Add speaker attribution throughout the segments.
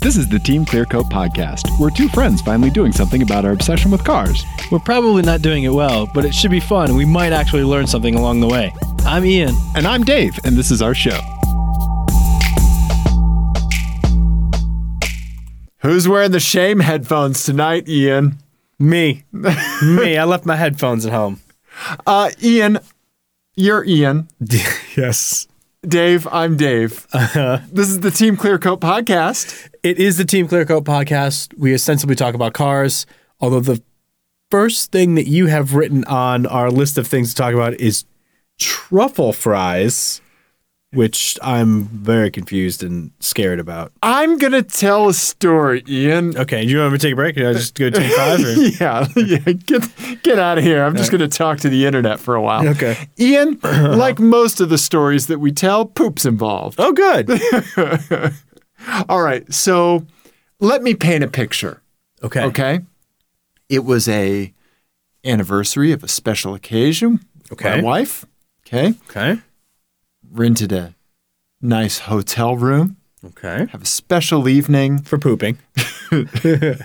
Speaker 1: This is the Team Clear Coat podcast. We're two friends finally doing something about our obsession with cars.
Speaker 2: We're probably not doing it well, but it should be fun. and We might actually learn something along the way. I'm Ian.
Speaker 1: And I'm Dave, and this is our show.
Speaker 3: Who's wearing the shame headphones tonight, Ian?
Speaker 4: Me. Me. I left my headphones at home.
Speaker 3: Uh, Ian, you're Ian.
Speaker 4: yes.
Speaker 3: Dave, I'm Dave. This is the Team Clear Coat podcast.
Speaker 4: It is the Team Clear Coat podcast. We ostensibly talk about cars, although the first thing that you have written on our list of things to talk about is truffle fries, which I'm very confused and scared about.
Speaker 3: I'm gonna tell a story, Ian.
Speaker 4: Okay, do you want me to take a break? Or I just go take five? Or?
Speaker 3: Yeah, yeah. Get get out of here. I'm just gonna talk to the internet for a while.
Speaker 4: Okay.
Speaker 3: Ian, like most of the stories that we tell, poop's involved.
Speaker 4: Oh, good.
Speaker 3: All right, so let me paint a picture.
Speaker 4: Okay.
Speaker 3: Okay. It was a anniversary of a special occasion. with My
Speaker 4: Okay.
Speaker 3: wife. Okay.
Speaker 4: Okay.
Speaker 3: rented a nice hotel room,
Speaker 4: Okay.
Speaker 3: have a special evening.
Speaker 4: For pooping.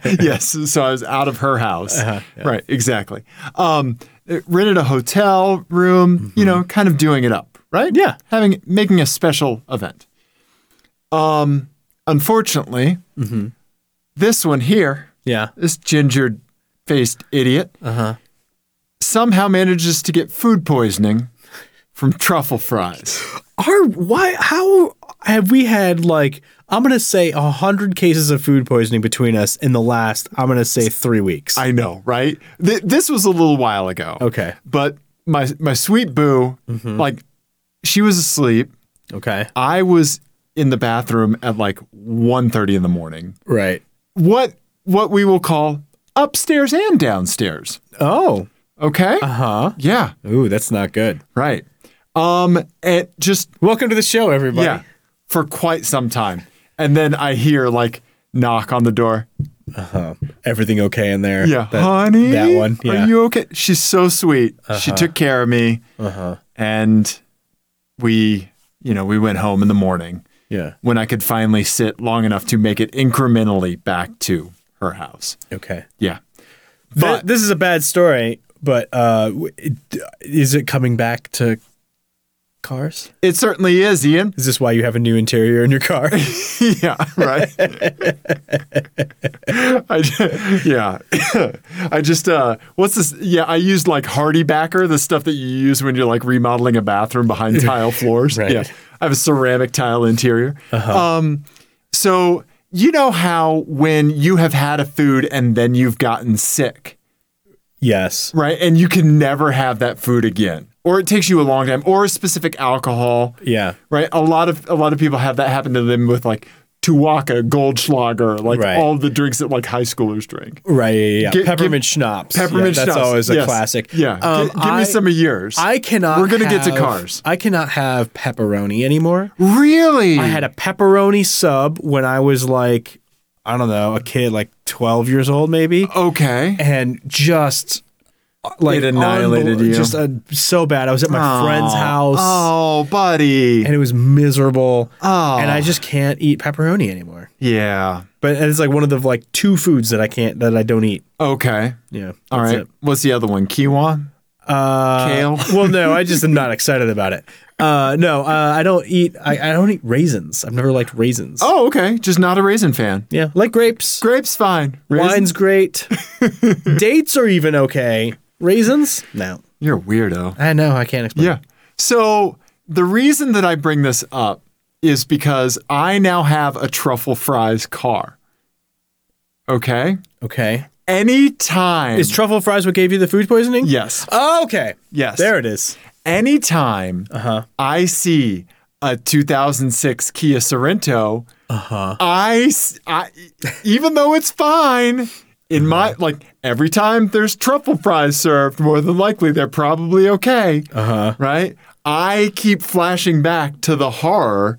Speaker 3: yes, so I was out of her house. Right, exactly. Um, rented a hotel room, you know, kind of doing it up, right?
Speaker 4: Yeah.
Speaker 3: having making a special event. Um, unfortunately, this one here,
Speaker 4: Yeah.
Speaker 3: this ginger-faced idiot, somehow manages to get food poisoning from truffle fries.
Speaker 4: Are why how have we had like I'm gonna say a hundred cases of food poisoning between us in the last I'm gonna say three weeks.
Speaker 3: I know, right? Th- this was a little while ago.
Speaker 4: Okay.
Speaker 3: But my my sweet boo,
Speaker 4: Mm-hmm.
Speaker 3: like she was asleep.
Speaker 4: okay.
Speaker 3: I was in the bathroom at like 1:30 in the morning.
Speaker 4: Right.
Speaker 3: What what we will call upstairs and downstairs.
Speaker 4: Oh.
Speaker 3: Okay?
Speaker 4: Huh.
Speaker 3: Yeah,
Speaker 4: Ooh, that's not good.
Speaker 3: right. Um and just
Speaker 4: Welcome to the show, everybody.
Speaker 3: yeah, for quite some time. And then I hear like knock on the door.
Speaker 4: Everything okay in there?
Speaker 3: Yeah,
Speaker 4: That-
Speaker 3: honey,
Speaker 4: That one. Yeah. Uh-huh.
Speaker 3: Are you okay? She's so sweet. She took care of me, and we, you know, we went home in the morning
Speaker 4: yeah.
Speaker 3: when I could finally sit long enough to make it incrementally back to her house.
Speaker 4: Okay.
Speaker 3: Yeah,
Speaker 4: But
Speaker 3: But-
Speaker 4: this is a bad story. But uh, w- it- is it coming back to cars?
Speaker 3: it certainly is, Ian.
Speaker 4: Is this why you have a new interior in your car?
Speaker 3: yeah, right. I ju- yeah, I just uh, what's this? Yeah, I used like Hardy backer, the stuff that you use when you're like remodeling a bathroom behind tile floors.
Speaker 4: Right.
Speaker 3: Yeah, I have a ceramic tile interior. Um, so you know how when you have had a food and then you've gotten sick,
Speaker 4: yes.
Speaker 3: right? And you can never have that food again, or it takes you a long time, or a specific alcohol
Speaker 4: Yeah.
Speaker 3: right? A lot of a lot of people have that happen to them with like Tuwaka, Goldschlager, like
Speaker 4: Right.
Speaker 3: all the drinks that like high schoolers drink.
Speaker 4: Right, yeah, yeah, yeah.
Speaker 3: Gi-
Speaker 4: peppermint
Speaker 3: give-
Speaker 4: schnapps.
Speaker 3: Peppermint
Speaker 4: yeah, that's
Speaker 3: schnapps,
Speaker 4: always a
Speaker 3: yes.
Speaker 4: classic.
Speaker 3: Yeah, Gi-
Speaker 4: Um,
Speaker 3: give
Speaker 4: I-
Speaker 3: me some of yours.
Speaker 4: I cannot.
Speaker 3: We're gonna get to
Speaker 4: have-
Speaker 3: cars.
Speaker 4: I cannot have pepperoni anymore.
Speaker 3: really.
Speaker 4: I had a pepperoni sub when I was like, I don't know, a kid, like twelve years old, maybe,
Speaker 3: okay.
Speaker 4: and just uh, like
Speaker 3: It annihilated
Speaker 4: unbel-
Speaker 3: you.
Speaker 4: Just uh, so bad. I was at my friend's house,
Speaker 3: Oh, buddy.
Speaker 4: and it was miserable.
Speaker 3: Oh.
Speaker 4: and I just can't eat pepperoni anymore.
Speaker 3: yeah.
Speaker 4: But it's like one of the like two foods that I can't that I don't eat.
Speaker 3: Okay.
Speaker 4: Yeah.
Speaker 3: All
Speaker 4: that's
Speaker 3: right.
Speaker 4: it.
Speaker 3: What's the other one? Kiwa.
Speaker 4: Uh,
Speaker 3: Kale?
Speaker 4: well, no, I just am not excited about it. Uh, no, uh, I don't eat. I, I don't eat raisins. I've never liked raisins.
Speaker 3: Oh, okay. Just not a raisin fan.
Speaker 4: yeah, like grapes.
Speaker 3: Grapes fine. Raisins?
Speaker 4: Wine's great. Dates are even okay. Raisins? No,
Speaker 3: You're a weirdo.
Speaker 4: I know. I can't explain.
Speaker 3: Yeah. So the reason that I bring this up is because I now have a truffle fries car. Okay.
Speaker 4: Okay.
Speaker 3: Anytime.
Speaker 4: Is truffle fries what gave you the food poisoning?
Speaker 3: yes.
Speaker 4: Oh, okay.
Speaker 3: Yes.
Speaker 4: There it is. Uh-huh.
Speaker 3: Anytime I see a 2006 Kia Sorento, uh-huh. I, s- I- even though it's fine in my like every time there's truffle fries served, more than likely they're probably okay. Uh-huh. Right? I keep flashing back to the horror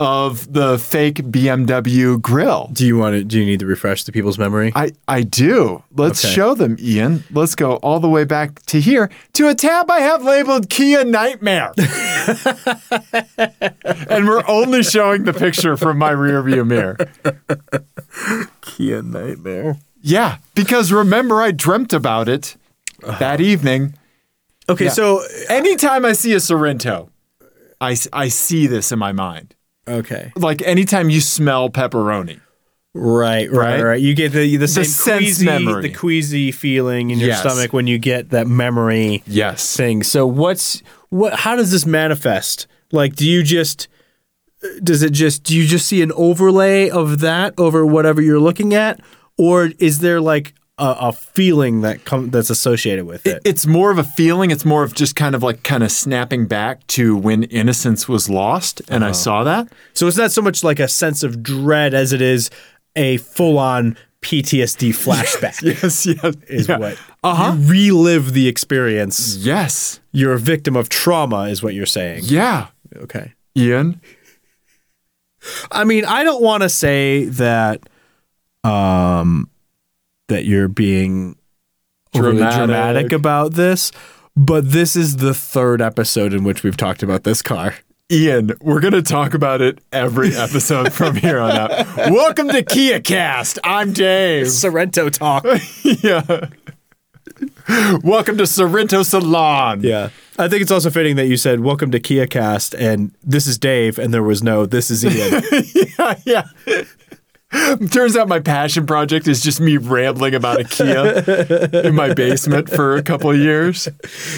Speaker 3: of the fake BMW grill.
Speaker 4: Do you want to? Do you need to refresh the people's memory?
Speaker 3: I, I do. Let's
Speaker 4: Okay.
Speaker 3: show them, Ian. Let's go all the way back to here to a tab I have labeled Kia Nightmare. and we're only showing the picture from my rearview mirror.
Speaker 4: Kia nightmare.
Speaker 3: Yeah, because remember I dreamt about it that evening.
Speaker 4: Okay, so
Speaker 3: Anytime I see a Sorrento, I, s- I see this in my mind.
Speaker 4: okay,
Speaker 3: Like anytime you smell pepperoni.
Speaker 4: right, right,
Speaker 3: Right?
Speaker 4: right. You get the the same
Speaker 3: sense
Speaker 4: queasy,
Speaker 3: memory.
Speaker 4: the queasy feeling in your
Speaker 3: Yes.
Speaker 4: stomach when you get that memory
Speaker 3: Yes.
Speaker 4: thing. So what's what? How does this manifest? Like, do you just does it just do you just see an overlay of that over whatever you're looking at, or is there like a, a feeling that come that's associated with it?
Speaker 3: It's more of a feeling. It's more of just kind of like kind of snapping back to when innocence was lost, and I saw that.
Speaker 4: So it's not so much like a sense of dread as it is a full on PTSD flashback.
Speaker 3: Yes, yes,
Speaker 4: Is
Speaker 3: yeah. Uh-huh.
Speaker 4: what you relive the experience.
Speaker 3: Yes,
Speaker 4: You're a victim of trauma, is what you're saying.
Speaker 3: yeah,
Speaker 4: Okay.
Speaker 3: Ian.
Speaker 4: I mean, I don't want to say that, um, that you're being overly
Speaker 3: Dramatic.
Speaker 4: dramatic about this, but this is the third episode in which we've talked about this car.
Speaker 3: Ian, we're going to talk about it every episode from here on out. Welcome to Kia Cast. I'm Dave.
Speaker 4: Sorrento talk.
Speaker 3: Yeah. Welcome to Sorrento Salon.
Speaker 4: Yeah. I think it's also fitting that you said, Welcome to KiaCast, and this is Dave, and there was no, this is Ian.
Speaker 3: yeah. Turns out my passion project is just me rambling about a Kia in my basement for a couple of years.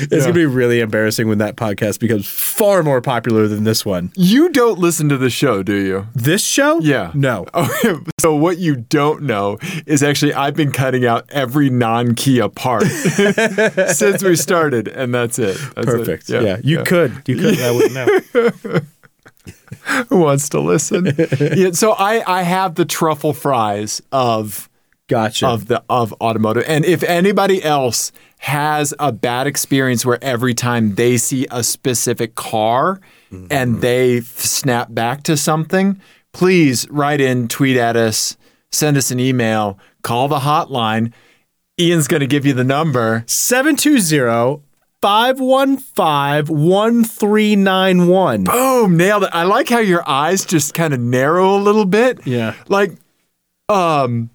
Speaker 4: it's going to be really embarrassing when that podcast becomes far more popular than this one.
Speaker 3: You don't listen to the show, do you?
Speaker 4: This show?
Speaker 3: Yeah.
Speaker 4: No.
Speaker 3: Okay, so what you don't know is actually I've been cutting out every non-Kia part since we started, and that's it. That's it.
Speaker 4: Perfect. Yeah. You could. You could. I wouldn't know.
Speaker 3: Who wants to listen? yeah, so I I have the truffle fries of
Speaker 4: Gotcha.
Speaker 3: of the of automotive, and if anybody else has a bad experience where every time they see a specific car and they f- snap back to something, please write in, tweet at us, send us an email, call the hotline. Ian's going to give you the number.
Speaker 4: 720 515 1391.
Speaker 3: Oh, nailed it. I like how your eyes just kind of narrow a little bit.
Speaker 4: Yeah.
Speaker 3: Like, um,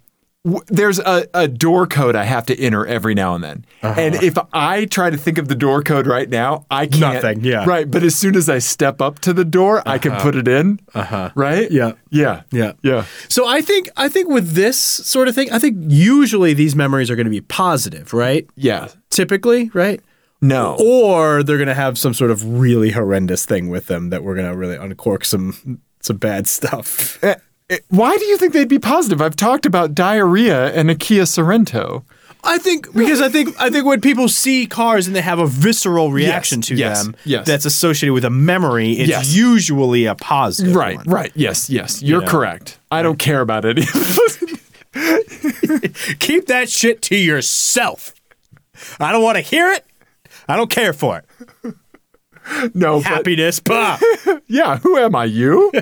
Speaker 3: w- there's a, a door code I have to enter every now and then.
Speaker 4: Uh-huh.
Speaker 3: And if I try to think of the door code right now, I can't.
Speaker 4: Nothing, yeah.
Speaker 3: Right. But as soon as I step up to the door, I can put it in. Uh huh. Right?
Speaker 4: Yeah.
Speaker 3: Yeah.
Speaker 4: Uh-huh. Yeah.
Speaker 3: Yeah.
Speaker 4: So I think I think with this sort of thing, I think usually these memories are going to be positive, right?
Speaker 3: Yeah.
Speaker 4: Typically, right?
Speaker 3: No.
Speaker 4: or they're going to have some sort of really horrendous thing with them that we're going to really uncork some some bad stuff.
Speaker 3: Eh, eh, Why do you think they'd be positive? I've talked about diarrhea and a Kia Sorrento.
Speaker 4: I think because I think I think when people see cars and they have a visceral reaction to
Speaker 3: yes,
Speaker 4: them
Speaker 3: yes.
Speaker 4: that's associated with a memory, it's
Speaker 3: Yes.
Speaker 4: usually a positive
Speaker 3: Right,
Speaker 4: one.
Speaker 3: right. Yes, yes. You're
Speaker 4: know.
Speaker 3: correct. I don't care about it.
Speaker 4: Keep that shit to yourself. I don't want to hear it. I don't care for it.
Speaker 3: no, but
Speaker 4: Happiness, bah.
Speaker 3: yeah, who am I? You?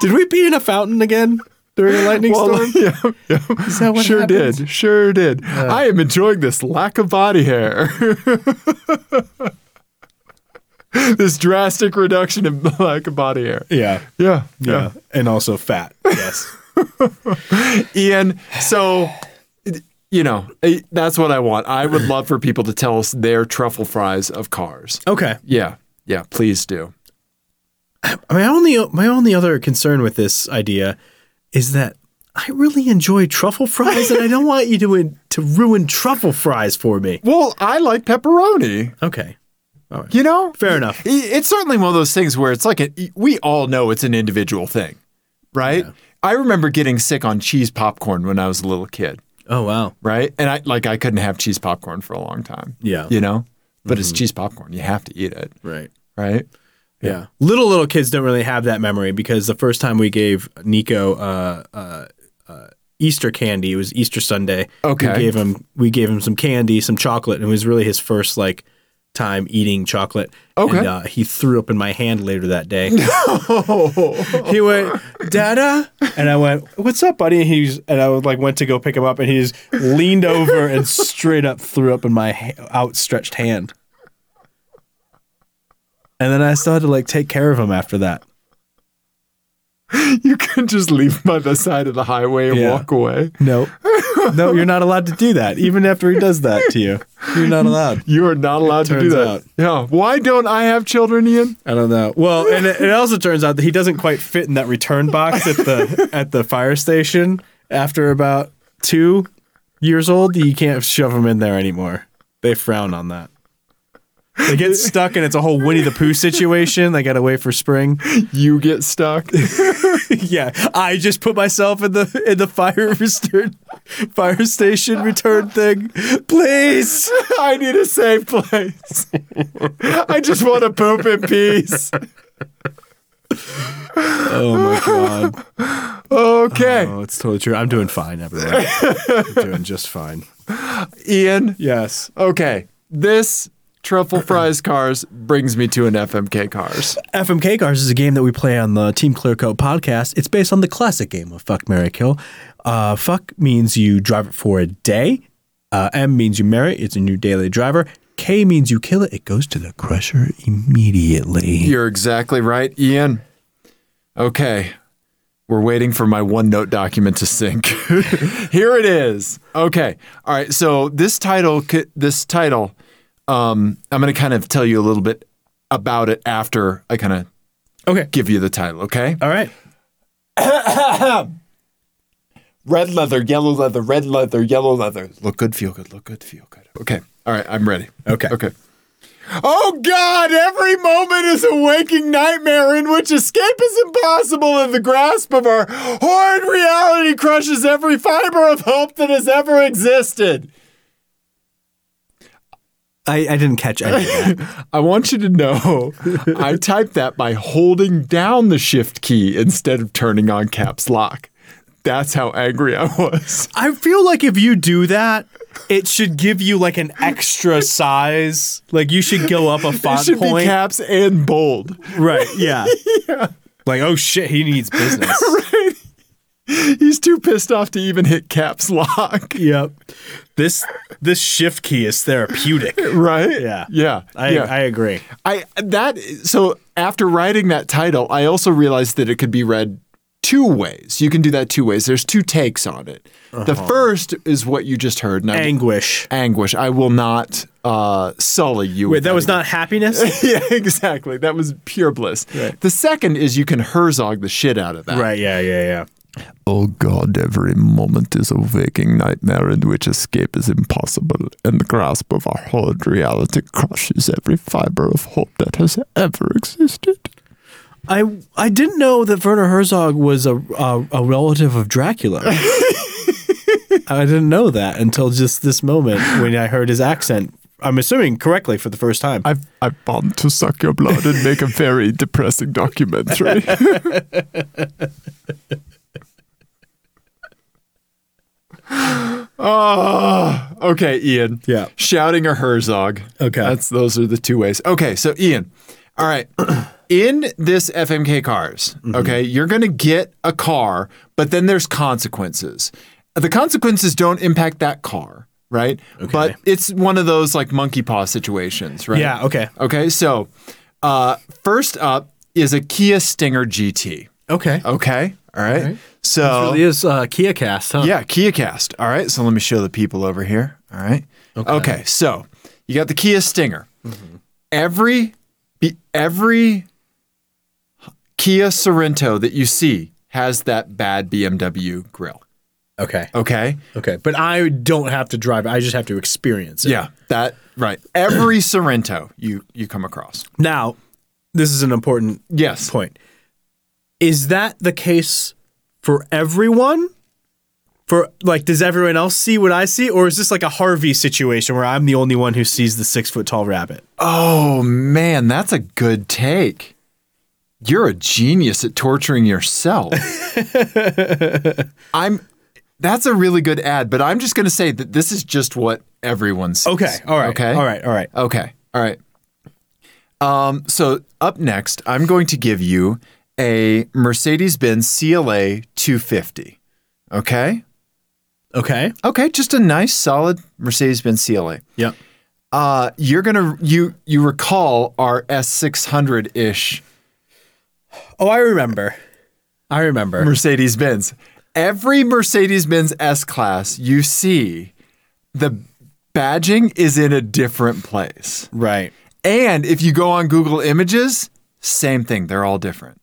Speaker 4: Did we pee in a fountain again during a lightning
Speaker 3: Well,
Speaker 4: storm?
Speaker 3: yeah,
Speaker 4: Is that what
Speaker 3: sure
Speaker 4: happened?
Speaker 3: did. Sure did. I am enjoying this lack of body hair. this drastic reduction in lack of body hair.
Speaker 4: Yeah.
Speaker 3: Yeah,
Speaker 4: Yeah. And also fat. Yes.
Speaker 3: Ian, so you know, eh, that's what I want. I would love for people to tell us their truffle fries of cars.
Speaker 4: okay.
Speaker 3: Yeah. Yeah, please do.
Speaker 4: My only my only other concern with this idea is that I really enjoy truffle fries, and I don't want you to to ruin truffle fries for me.
Speaker 3: Well, I like pepperoni,
Speaker 4: Okay,
Speaker 3: you know?
Speaker 4: fair enough.
Speaker 3: I- It's certainly one of those things where it's like a, we all know it's an individual thing, right? I remember getting sick on cheese popcorn when I was a little kid,
Speaker 4: Oh wow,
Speaker 3: right? And I like I couldn't have cheese popcorn for a long time.
Speaker 4: Yeah. Mm-hmm.
Speaker 3: you know, but it's cheese popcorn; you have to eat it,
Speaker 4: right?
Speaker 3: right?
Speaker 4: Yeah. little little kids don't really have that memory because the first time we gave Nico uh, uh, uh, Easter candy, it was Easter Sunday.
Speaker 3: Okay.
Speaker 4: we gave him we gave him some candy, some chocolate, and it was really his first like time eating chocolate.
Speaker 3: Okay.
Speaker 4: and, uh, he threw up in my hand later that day. he went, Dada. And I went, What's up, buddy? And he's, and I was like, went to go pick him up, and he's leaned over and straight up threw up in my ha- outstretched hand. and then I still had to like take care of him after that.
Speaker 3: You can just leave him by the side of the highway and
Speaker 4: Yeah.
Speaker 3: walk away.
Speaker 4: No, no, you're not allowed to do that. Even after he does that to you, you're not allowed.
Speaker 3: You are not allowed to do
Speaker 4: turns
Speaker 3: that.
Speaker 4: out.
Speaker 3: Yeah. Why don't I have children, Ian?
Speaker 4: I don't know. Well, and it, it also turns out that he doesn't quite fit in that return box at the at the fire station. After about two years old, you can't shove him in there anymore. They frown on that. They get stuck, and it's a whole Winnie the Pooh situation. They gotta wait for spring.
Speaker 3: You get stuck.
Speaker 4: yeah, I just put myself in the in the fire return, fire station return thing. Please,
Speaker 3: I need a safe place. I just want to poop in peace.
Speaker 4: oh my god.
Speaker 3: Okay.
Speaker 4: Oh, it's totally true. I'm doing fine, everyone. I'm doing just fine.
Speaker 3: Ian.
Speaker 4: Yes.
Speaker 3: Okay. This truffle fries cars brings me to an FMK cars.
Speaker 4: FMK Cars is a game that we play on the Team Clearcoat podcast. It's based on the classic game of Fuck, Mary Kill. Uh, fuck means you drive it for a day. Uh, M means you marry it. It's a new daily driver. K means you kill it. It goes to the crusher immediately.
Speaker 3: You're exactly right, Ian. Okay. We're waiting for my OneNote document to sync. Here it is. Okay. All right. So this title, c- this title, um, I'm going to kind of tell you a little bit about it after I kind of
Speaker 4: Okay.
Speaker 3: give you the title. Okay.
Speaker 4: All right.
Speaker 3: Red leather, yellow leather, red leather, yellow leather. Look good, feel good. Look good, feel good. Okay. All right. I'm ready.
Speaker 4: Okay.
Speaker 3: Okay. Oh God, every moment is a waking nightmare in which escape is impossible and the grasp of our horrid reality crushes every fiber of hope that has ever existed.
Speaker 4: I, I didn't catch any of that.
Speaker 3: I want you to know I typed that by holding down the shift key instead of turning on caps lock. That's how angry I was.
Speaker 4: I feel like if you do that, it should give you like an extra size. Like you should go up a
Speaker 3: It
Speaker 4: font
Speaker 3: should be
Speaker 4: point.
Speaker 3: caps and bold.
Speaker 4: right. Yeah. Like, oh shit, he needs business.
Speaker 3: He's too pissed off to even hit caps lock.
Speaker 4: Yep. This this shift key is therapeutic.
Speaker 3: Right?
Speaker 4: Yeah.
Speaker 3: Yeah.
Speaker 4: I
Speaker 3: yeah.
Speaker 4: I agree.
Speaker 3: I that so after writing that title, I also realized that it could be read two ways. You can do that two ways. There's two takes on it. The first is what you just heard. and I-
Speaker 4: Uh-huh. Anguish.
Speaker 3: anguish. I will not uh, sully you.
Speaker 4: Wait,
Speaker 3: with
Speaker 4: that was
Speaker 3: again.
Speaker 4: not happiness?
Speaker 3: yeah, exactly. That was pure bliss.
Speaker 4: Right.
Speaker 3: The second is you can Herzog the shit out of that.
Speaker 4: right, yeah, yeah, yeah.
Speaker 3: Oh God, every moment is a waking nightmare in which escape is impossible, and the grasp of our horrid reality crushes every fiber of hope that has ever existed.
Speaker 4: I I didn't know that Werner Herzog was a a, a relative of Dracula. I didn't know that until just this moment when I heard his accent. I'm assuming correctly for the first time.
Speaker 3: I've I've bombed to suck your blood and make a very depressing documentary. Ah, okay, Ian.
Speaker 4: Yeah.
Speaker 3: Shouting or Herzog.
Speaker 4: Okay.
Speaker 3: That's those are the two ways. Okay, so Ian. All right. In this FMK cars,
Speaker 4: Mm-hmm.
Speaker 3: okay, you're going to get a car, but then there's consequences. The consequences don't impact that car, right? But it's one of those like monkey paw situations, right?
Speaker 4: yeah, okay.
Speaker 3: Okay, so uh, first up is a Kia Stinger GT.
Speaker 4: Okay.
Speaker 3: Okay, all right. So
Speaker 4: Really is uh, Kia Cast, huh?
Speaker 3: yeah, Kia Cast. All right, so let me show the people over here. All right. Okay. Mm-hmm. so you got the Kia Stinger. Every be- every Kia Sorento that you see has that bad BMW grill.
Speaker 4: Okay.
Speaker 3: Okay.
Speaker 4: Okay. But I don't have to drive it. I just have to experience it.
Speaker 3: Yeah, that right. Every Sorento you you come across.
Speaker 4: Now, this is an important
Speaker 3: Yes.
Speaker 4: point. Is that the case for everyone? For like, does everyone else see what I see, or is this like a Harvey situation where I'm the only one who sees the six foot tall rabbit?
Speaker 3: Oh man, that's a good take. You're a genius at torturing yourself. I'm that's a really good ad, but I'm just gonna say that this is just what everyone sees. Okay.
Speaker 4: All right. All right.
Speaker 3: Okay. All right. Um, so up next, I'm going to give you a Mercedes-Benz CLA 250. Okay?
Speaker 4: Okay.
Speaker 3: Okay, just a nice solid Mercedes-Benz CLA.
Speaker 4: Yep.
Speaker 3: Uh, you're gonna you you recall our S600 ish
Speaker 4: Oh, I remember. I remember.
Speaker 3: Mercedes Benz. Every Mercedes Benz S class you see, the badging is in a different place.
Speaker 4: Right.
Speaker 3: And if you go on Google Images, same thing. They're all different.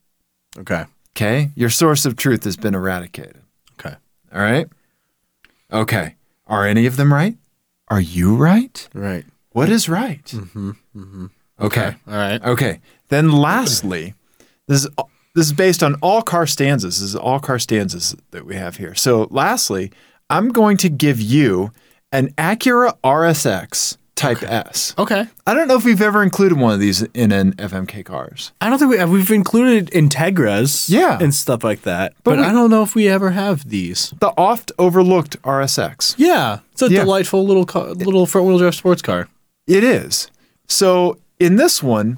Speaker 4: Okay.
Speaker 3: Okay. Your source of truth has been eradicated.
Speaker 4: Okay.
Speaker 3: All right. Okay. Are any of them right? Are you right?
Speaker 4: Right.
Speaker 3: What is right? Mm-hmm, Okay.
Speaker 4: All right.
Speaker 3: Okay. Then lastly, this is this is based on all car stanzas. This is all car stanzas that we have here. So lastly, I'm going to give you an Acura RSX Type S.
Speaker 4: Okay.
Speaker 3: I don't know if we've ever included one of these in an FMK cars.
Speaker 4: I don't think we have. We've included Integras,
Speaker 3: Yeah.
Speaker 4: and stuff like that. But,
Speaker 3: we-
Speaker 4: I don't know if we ever have these.
Speaker 3: The oft overlooked RSX.
Speaker 4: Yeah, it's a
Speaker 3: Yeah.
Speaker 4: delightful little car, little front wheel drive sports car.
Speaker 3: It is. So in this one,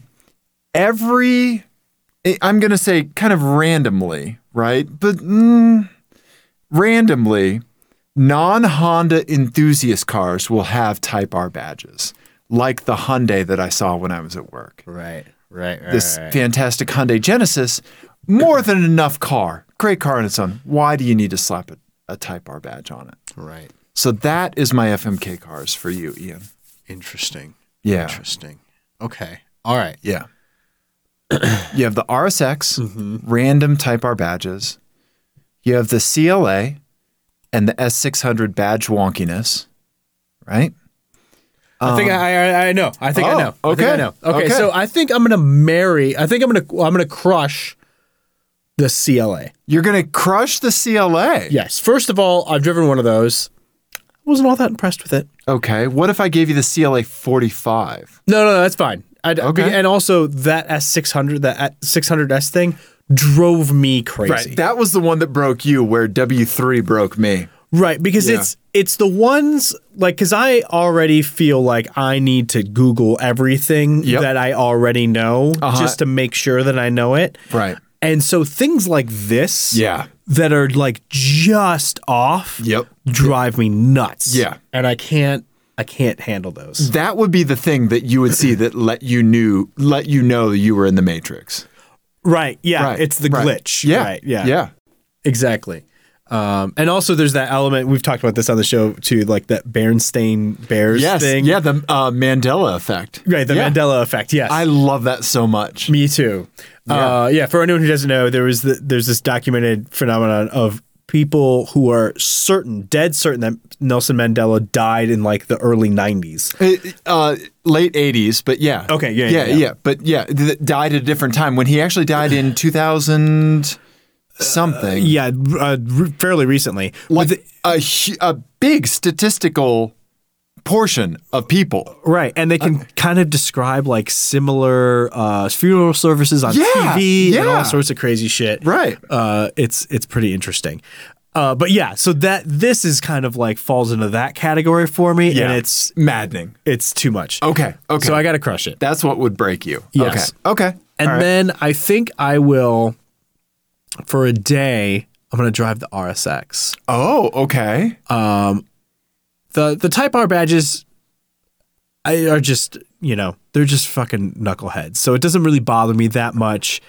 Speaker 3: every I- I'm going to say kind of randomly, right? But mm, randomly, non Honda enthusiast cars will have Type R badges, like the Hyundai that I saw when I was at work.
Speaker 4: Right. Right. right
Speaker 3: This fantastic Hyundai Genesis, more than enough car, great car on its own. Why do you need to slap a, a Type R badge on it?
Speaker 4: right.
Speaker 3: So that is my FMK cars for you, Ian.
Speaker 4: Interesting.
Speaker 3: Yeah.
Speaker 4: Interesting. Okay. All right.
Speaker 3: Yeah. you have the RSX,
Speaker 4: Mm-hmm.
Speaker 3: random type R badges. You have the CLA and the S600 badge wonkiness, right?
Speaker 4: I think I, I I know. I think
Speaker 3: Oh,
Speaker 4: I know. I think
Speaker 3: okay.
Speaker 4: I know. Um, Okay,
Speaker 3: Okay.
Speaker 4: So I think I'm gonna marry. I think I'm gonna I'm gonna crush the CLA.
Speaker 3: You're going to crush the CLA.
Speaker 4: Yes. First of all, I've driven one of those. I wasn't all that impressed with it.
Speaker 3: Okay. What if I gave you the CLA 45?
Speaker 4: No, no, no that's fine. I,
Speaker 3: Okay.
Speaker 4: And also that S600, that S600S thing drove me crazy.
Speaker 3: That was the one that broke you where W3 broke me.
Speaker 4: Right, because
Speaker 3: Yeah.
Speaker 4: it's it's the ones like because I already feel like I need to Google everything
Speaker 3: Yep.
Speaker 4: that I already know
Speaker 3: Uh-huh.
Speaker 4: just to make sure that I know it.
Speaker 3: Right.
Speaker 4: and so things like this,
Speaker 3: Yeah.
Speaker 4: that are like just off,
Speaker 3: Yep.
Speaker 4: drive me nuts.
Speaker 3: Yeah.
Speaker 4: and I can't I can't handle those.
Speaker 3: That would be the thing that you would see that let you knew let you know you were in the matrix.
Speaker 4: Right, yeah,
Speaker 3: Right.
Speaker 4: it's the
Speaker 3: Right.
Speaker 4: glitch.
Speaker 3: Yeah.
Speaker 4: right, yeah,
Speaker 3: Yeah.
Speaker 4: exactly. Um, and also, there's that element we've talked about this on the show too, like that Berenstain Bears
Speaker 3: Yes.
Speaker 4: thing.
Speaker 3: Yeah, the uh, Mandela effect.
Speaker 4: Right, the
Speaker 3: Yeah.
Speaker 4: Mandela effect. Yes,
Speaker 3: I love that so much.
Speaker 4: Me too. Yeah. Uh, yeah. For anyone who doesn't know, there was the, there's this documented phenomenon of people who are certain, dead certain that Nelson Mandela died in like the early '90s.
Speaker 3: Uh, late 80s, but yeah.
Speaker 4: Okay, yeah,
Speaker 3: yeah,
Speaker 4: yeah,
Speaker 3: yeah.
Speaker 4: yeah.
Speaker 3: But yeah, th- died at a different time when he actually died in 2000 something.
Speaker 4: Yeah, uh, re- fairly recently.
Speaker 3: Like
Speaker 4: With the-
Speaker 3: a, hu- a big statistical portion of people.
Speaker 4: right, and they can kind of describe like similar uh, funeral services on
Speaker 3: Yeah,
Speaker 4: TV and
Speaker 3: yeah.
Speaker 4: all sorts of crazy shit.
Speaker 3: Right.
Speaker 4: Uh, it's it's pretty interesting. Uh, but yeah, so that this is kind of like falls into that category for me, and it's
Speaker 3: maddening.
Speaker 4: it's too much.
Speaker 3: Okay, okay.
Speaker 4: So I got to crush it.
Speaker 3: That's what would break you.
Speaker 4: Yes.
Speaker 3: Okay. Okay.
Speaker 4: And
Speaker 3: All right.
Speaker 4: then I think I will, for a day, I'm going to drive the RSX.
Speaker 3: Oh, okay.
Speaker 4: The the Type R badges I, are just, you know, they're just fucking knuckleheads. So it doesn't really bother me that much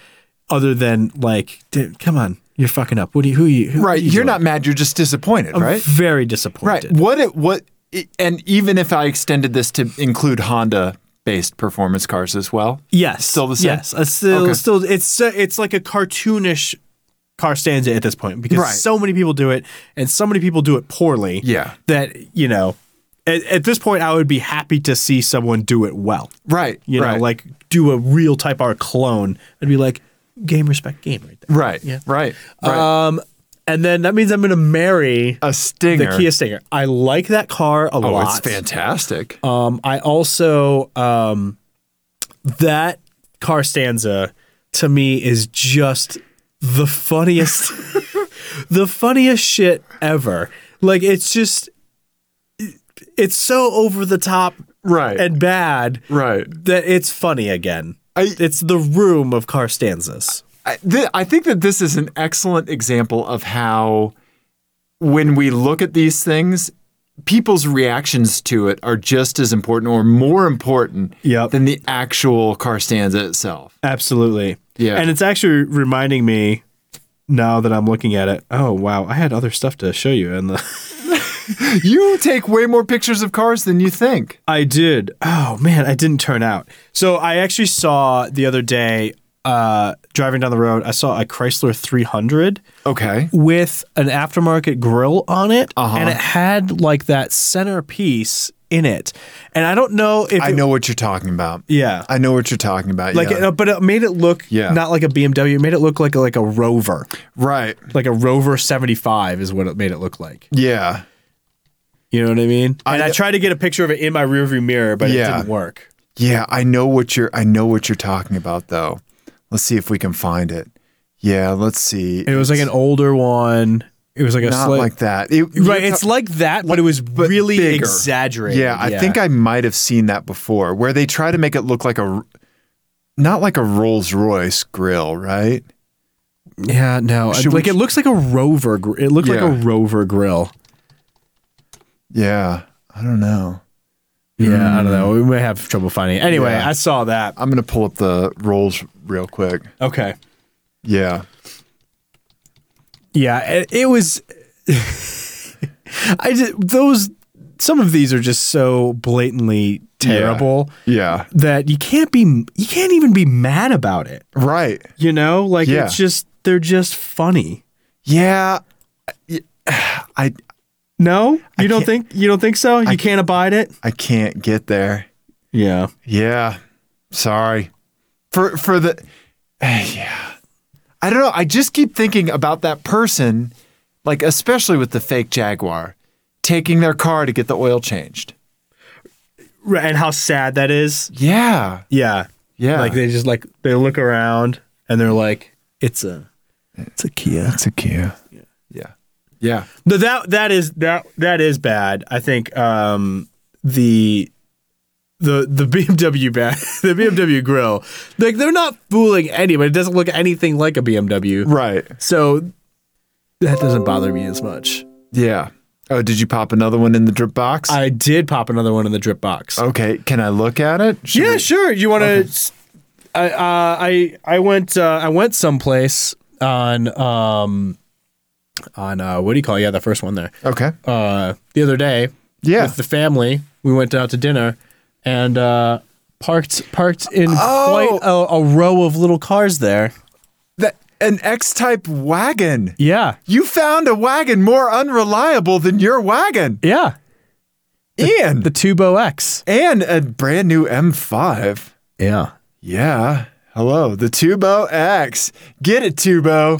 Speaker 4: other than like, dude, come on, you're fucking up. What do you, who you, who
Speaker 3: right,
Speaker 4: you
Speaker 3: you're
Speaker 4: doing?
Speaker 3: not mad, you're just disappointed,
Speaker 4: I'm
Speaker 3: right?
Speaker 4: very
Speaker 3: Right.
Speaker 4: disappointed.
Speaker 3: What it what i- and even if I extended this to include Honda based performance cars as well,
Speaker 4: Yes.
Speaker 3: Still the same?
Speaker 4: Yes. I still,
Speaker 3: Okay.
Speaker 4: still, it's, uh, it's like a cartoonish car stanza at this point because
Speaker 3: Right.
Speaker 4: so many people do it and so many people do it poorly.
Speaker 3: Yeah.
Speaker 4: That, you know, at, at this point, I would be happy to see someone do it well.
Speaker 3: Right.
Speaker 4: You
Speaker 3: right.
Speaker 4: know, like do a real Type R clone. I'd be like, game, respect, game right there.
Speaker 3: Right.
Speaker 4: Yeah.
Speaker 3: Right. Right.
Speaker 4: Um, and then that means I'm going to marry
Speaker 3: a
Speaker 4: the
Speaker 3: stinger.
Speaker 4: Kia Stinger. I like that car a
Speaker 3: oh,
Speaker 4: lot.
Speaker 3: it's fantastic.
Speaker 4: Um, I also um, that car stanza to me is just the funniest, the funniest shit ever. Like it's just, it's so over the top
Speaker 3: right.
Speaker 4: and bad
Speaker 3: right.
Speaker 4: that it's funny again.
Speaker 3: I-
Speaker 4: it's the room of car stanzas.
Speaker 3: I, th- I think that this is an excellent example of how when we look at these things, people's reactions to it are just as important or more important
Speaker 4: Yep.
Speaker 3: than the actual car stanza itself.
Speaker 4: Absolutely.
Speaker 3: Yeah.
Speaker 4: And it's actually reminding me now that I'm looking at it. Oh wow, I had other stuff to show you in the
Speaker 3: You take way more pictures of cars than you think.
Speaker 4: I did. Oh man, I didn't turn out. So I actually saw the other day uh driving down the road, I saw a Chrysler 300
Speaker 3: Okay.
Speaker 4: with an aftermarket grill on it
Speaker 3: Uh-huh.
Speaker 4: and it had like that centerpiece in it. And I don't know if
Speaker 3: I
Speaker 4: it-
Speaker 3: know what you're talking about.
Speaker 4: yeah.
Speaker 3: I know what you're talking about.
Speaker 4: like
Speaker 3: yeah.
Speaker 4: it, but it made it look
Speaker 3: Yeah.
Speaker 4: not like a BMW, it made it look like a, like a Rover.
Speaker 3: right.
Speaker 4: like a Rover 75 is what it made it look like.
Speaker 3: Yeah.
Speaker 4: You know what I mean?
Speaker 3: I
Speaker 4: and I
Speaker 3: kn-
Speaker 4: tried to get a picture of it in my rearview mirror, but
Speaker 3: Yeah.
Speaker 4: it didn't work.
Speaker 3: Yeah, I know what you're I know what you're talking about though. Let's see if we can find it. Yeah, let's see.
Speaker 4: It was like an older one. It was like a
Speaker 3: not
Speaker 4: slight,
Speaker 3: like that. It-
Speaker 4: right.
Speaker 3: you're
Speaker 4: It's
Speaker 3: ta-
Speaker 4: like that, but it was really
Speaker 3: bigger.
Speaker 4: exaggerated.
Speaker 3: Yeah, I think I might have seen that before where they try to make it look like a r- not like a Rolls-Royce grill, right?
Speaker 4: yeah, no.
Speaker 3: Should
Speaker 4: like
Speaker 3: we-
Speaker 4: it looks like a Rover. Gr- it looked like
Speaker 3: Yeah.
Speaker 4: a Rover grill.
Speaker 3: Yeah. I don't know.
Speaker 4: Yeah, I don't know. We may have trouble finding. It. Anyway,
Speaker 3: Yeah.
Speaker 4: I saw that.
Speaker 3: I'm going to pull up the Rolls real quick.
Speaker 4: Okay.
Speaker 3: Yeah.
Speaker 4: Yeah, it, it was. I just those some of these are just so blatantly terrible.
Speaker 3: Yeah.
Speaker 4: that you can't be you can't even be mad about it.
Speaker 3: Right.
Speaker 4: You know, like
Speaker 3: Yeah.
Speaker 4: it's just they're just funny.
Speaker 3: Yeah. I- I
Speaker 4: No, you don't
Speaker 3: can't-
Speaker 4: think you don't think so? You can't, abide it.
Speaker 3: I can't get there.
Speaker 4: Yeah,
Speaker 3: Yeah. Sorry. For for the eh, yeah. I don't know. I just keep thinking about that person, like especially with the fake Jaguar, taking their car to get the oil changed.
Speaker 4: right, and how sad that is.
Speaker 3: Yeah.
Speaker 4: Yeah,
Speaker 3: Yeah.
Speaker 4: Like they just like they look around and they're like, it's a it's a Kia.
Speaker 3: That's a Kia. Yeah. Yeah. Yeah.
Speaker 4: No, that that is that that is bad. I think um the the the BMW bad the BMW grill like they're not fooling anybody. It doesn't look anything like a BMW.
Speaker 3: Right.
Speaker 4: So that doesn't bother me as much.
Speaker 3: Yeah. Oh, did you pop another one in the drip box?
Speaker 4: I did pop another one in the drip box.
Speaker 3: okay. Can I look at it? Should
Speaker 4: yeah,
Speaker 3: we-
Speaker 4: sure. You want to? I uh, I I went uh, I went someplace on um on uh, what do you call it? yeah the first one there
Speaker 3: Okay.
Speaker 4: uh the other day
Speaker 3: Yeah.
Speaker 4: with the family we went out to dinner and uh parked parked in
Speaker 3: Oh.
Speaker 4: quite a, a row of little cars there
Speaker 3: That, an X-type wagon.
Speaker 4: yeah
Speaker 3: You found a wagon more unreliable than your wagon,
Speaker 4: yeah
Speaker 3: Ian.
Speaker 4: the Tubo X
Speaker 3: and a brand new M5.
Speaker 4: yeah
Speaker 3: Yeah. Hello, the Tubo X. Get it, Tubo.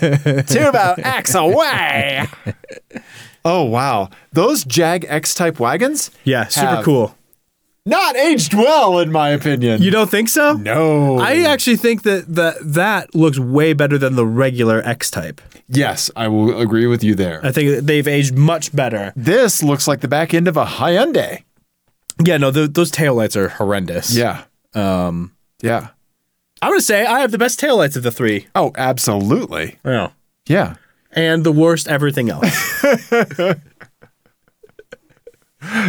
Speaker 3: Tubo X away. oh wow, those Jag X type wagons
Speaker 4: yeah super
Speaker 3: Have-
Speaker 4: cool
Speaker 3: not aged well, in my opinion.
Speaker 4: you don't think so
Speaker 3: no.
Speaker 4: I actually think that that that looks way better than the regular X type.
Speaker 3: yes, I will agree with you there.
Speaker 4: I think that they've aged much better.
Speaker 3: This looks like the back end of a Hyundai.
Speaker 4: Yeah, no, th- those taillights are horrendous.
Speaker 3: Yeah. Um. Yeah.
Speaker 4: I'm gonna say I have the best taillights of the three.
Speaker 3: Oh, absolutely.
Speaker 4: Yeah.
Speaker 3: Yeah.
Speaker 4: And the worst everything else.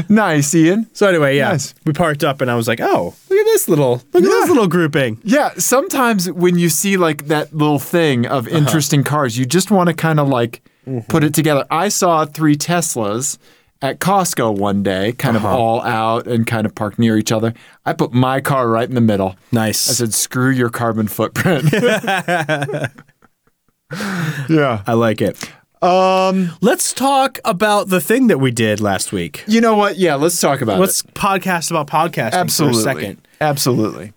Speaker 3: Nice, Ian.
Speaker 4: so anyway, yeah.
Speaker 3: Nice.
Speaker 4: We parked up and I was like, oh, look at this little look at this little grouping.
Speaker 3: Yeah, sometimes when you see like that little thing of
Speaker 4: Uh-huh.
Speaker 3: interesting cars, you just want to kind of like
Speaker 4: Mm-hmm.
Speaker 3: put it together. I saw three Teslas at Costco one day, kind
Speaker 4: Uh-huh.
Speaker 3: of all out and kind of parked near each other. I put my car right in the middle.
Speaker 4: Nice.
Speaker 3: I said, "Screw your carbon footprint." yeah.
Speaker 4: I like it. Um let's talk about the thing that we did last week.
Speaker 3: You know what? Yeah, let's talk about
Speaker 4: Let's
Speaker 3: it.
Speaker 4: podcast about podcasting
Speaker 3: Absolutely.
Speaker 4: for a second.
Speaker 3: Absolutely.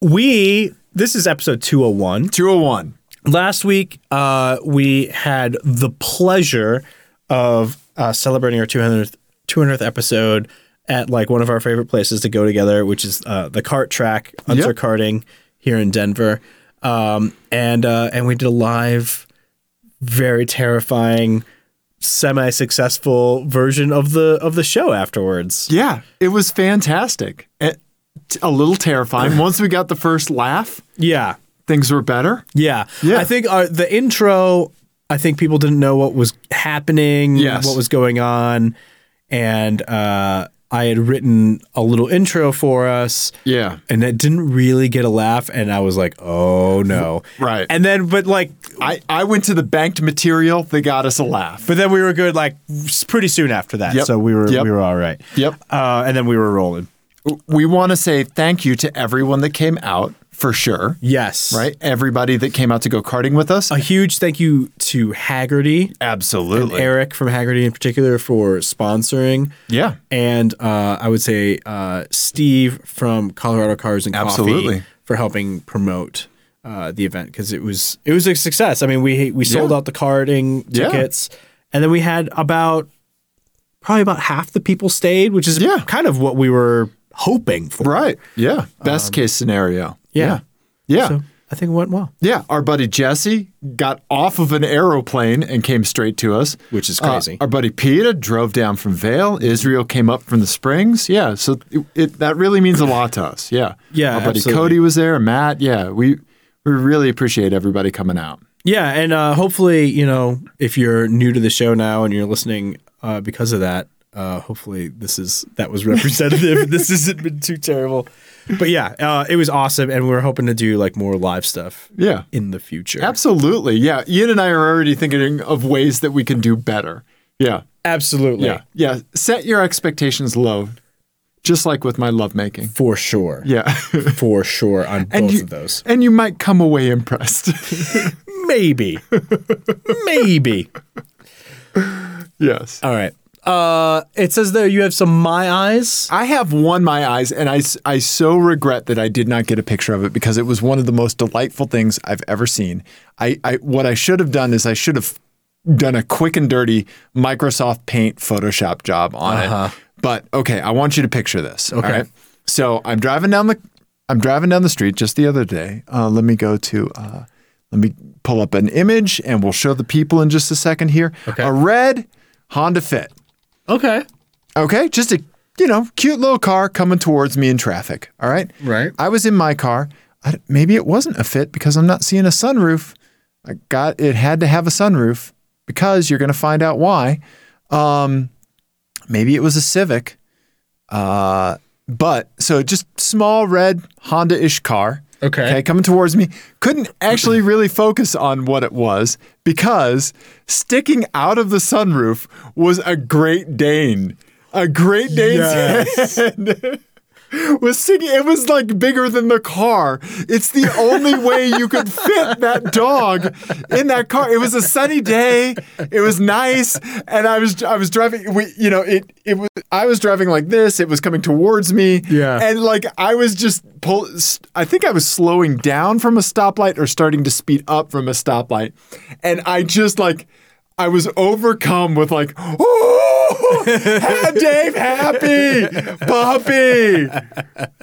Speaker 4: We this is episode 201.
Speaker 3: 201.
Speaker 4: last week uh, we had the pleasure of uh, celebrating our 200th, 200th episode at like one of our favorite places to go together which is uh, the cart track unser
Speaker 3: Yep.
Speaker 4: karting here in denver um, and uh, and we did a live very terrifying semi-successful version of the of the show afterwards
Speaker 3: Yeah, it was fantastic. It- a little terrifying. Once we got the first laugh,
Speaker 4: yeah
Speaker 3: things were better.
Speaker 4: Yeah.
Speaker 3: Yeah.
Speaker 4: I think our, the intro I think people didn't know what was happening,
Speaker 3: Yes.
Speaker 4: what was going on, and uh, I had written a little intro for us.
Speaker 3: Yeah.
Speaker 4: And that didn't really get a laugh, and I was like, "Oh no!"
Speaker 3: Right.
Speaker 4: And then, but like,
Speaker 3: I, I went to the banked material. They got us a laugh.
Speaker 4: but then we were good. Like, s- pretty soon after that,
Speaker 3: Yep.
Speaker 4: so we were
Speaker 3: Yep.
Speaker 4: we were all right.
Speaker 3: Yep.
Speaker 4: Uh, and then we were rolling.
Speaker 3: We want to say thank you to everyone that came out for sure.
Speaker 4: Yes.
Speaker 3: Right? Everybody that came out to go karting with us.
Speaker 4: A huge thank you to Haggerty.
Speaker 3: Absolutely.
Speaker 4: Eric from Haggerty in particular for sponsoring.
Speaker 3: Yeah.
Speaker 4: And uh, I would say uh, Steve from Colorado Cars and Coffee
Speaker 3: Absolutely.
Speaker 4: for helping promote uh, the event because it was it was a success. I mean, we we sold
Speaker 3: Yeah.
Speaker 4: out the carding
Speaker 3: Yeah.
Speaker 4: tickets, and then we had about probably about half the people stayed, which is
Speaker 3: Yeah.
Speaker 4: kind of what we were hoping for.
Speaker 3: Right. Yeah. Best case scenario.
Speaker 4: Yeah.
Speaker 3: Um, Yeah. Yeah.
Speaker 4: So I think it went well,
Speaker 3: Yeah. Our buddy Jesse got off of an aeroplane and came straight to us.
Speaker 4: which is
Speaker 3: Uh,
Speaker 4: crazy.
Speaker 3: our buddy Peta drove down from Vale. Israel came up from the Springs. Yeah, so it, it, that really means a lot to us. Yeah,
Speaker 4: Yeah,
Speaker 3: Our buddy
Speaker 4: absolutely.
Speaker 3: Cody was there. Matt. Yeah, we we really appreciate everybody coming out.
Speaker 4: Yeah, and uh, hopefully, you know, if you're new to the show now and you're listening uh, because of that, uh, hopefully this is that was representative. this hasn't been too terrible, but yeah, uh, it was awesome, and we are hoping to do like more live stuff
Speaker 3: Yeah,
Speaker 4: in the future.
Speaker 3: absolutely. Yeah, Ian and I are already thinking of ways that we can do better. Yeah,
Speaker 4: Absolutely,
Speaker 3: yeah, yeah. Set your expectations low, just like with my lovemaking.
Speaker 4: for sure,
Speaker 3: Yeah,
Speaker 4: for sure on both
Speaker 3: you-
Speaker 4: of those.
Speaker 3: and you might come away impressed.
Speaker 4: Maybe, maybe.
Speaker 3: yes.
Speaker 4: All right. Uh, it says there you have some my eyes.
Speaker 3: I have one my eyes, and I, s- I so regret that I did not get a picture of it because it was one of the most delightful things I've ever seen. I, I what I should have done is I should have done a quick and dirty Microsoft Paint Photoshop job on it. But okay, I want you to picture this. Uh-huh. Okay. So I'm driving down the I'm driving down the street just the other day. Uh, let me go to uh, let me pull up an image, and we'll show the people in just a second here. Okay. A red Honda Fit.
Speaker 4: Okay.
Speaker 3: Okay, just a you know cute little car coming towards me in traffic. All right,
Speaker 4: Right.
Speaker 3: I was in my car. I d maybe it wasn't a fit because I'm not seeing a sunroof. I got it had to have a sunroof because you're going to find out why. Um, maybe it was a Civic. Uh, but so just small red Honda-ish car.
Speaker 4: Okay.
Speaker 3: Okay, coming towards me. Couldn't actually really focus on what it was because sticking out of the sunroof was a Great Dane. A Great Dane's
Speaker 4: Yes.
Speaker 3: head was sticking. It was like bigger than the car. It's the only way you could fit that dog in that car. It was a sunny day. It was nice, and I was I was driving. We, you know, it it was. I was driving like this. It was coming towards me.
Speaker 4: Yeah.
Speaker 3: and like I was just pull. s- I think I was slowing down from a stoplight or starting to speed up from a stoplight, and I just like. I was overcome with like, oh, Dave happy, puppy,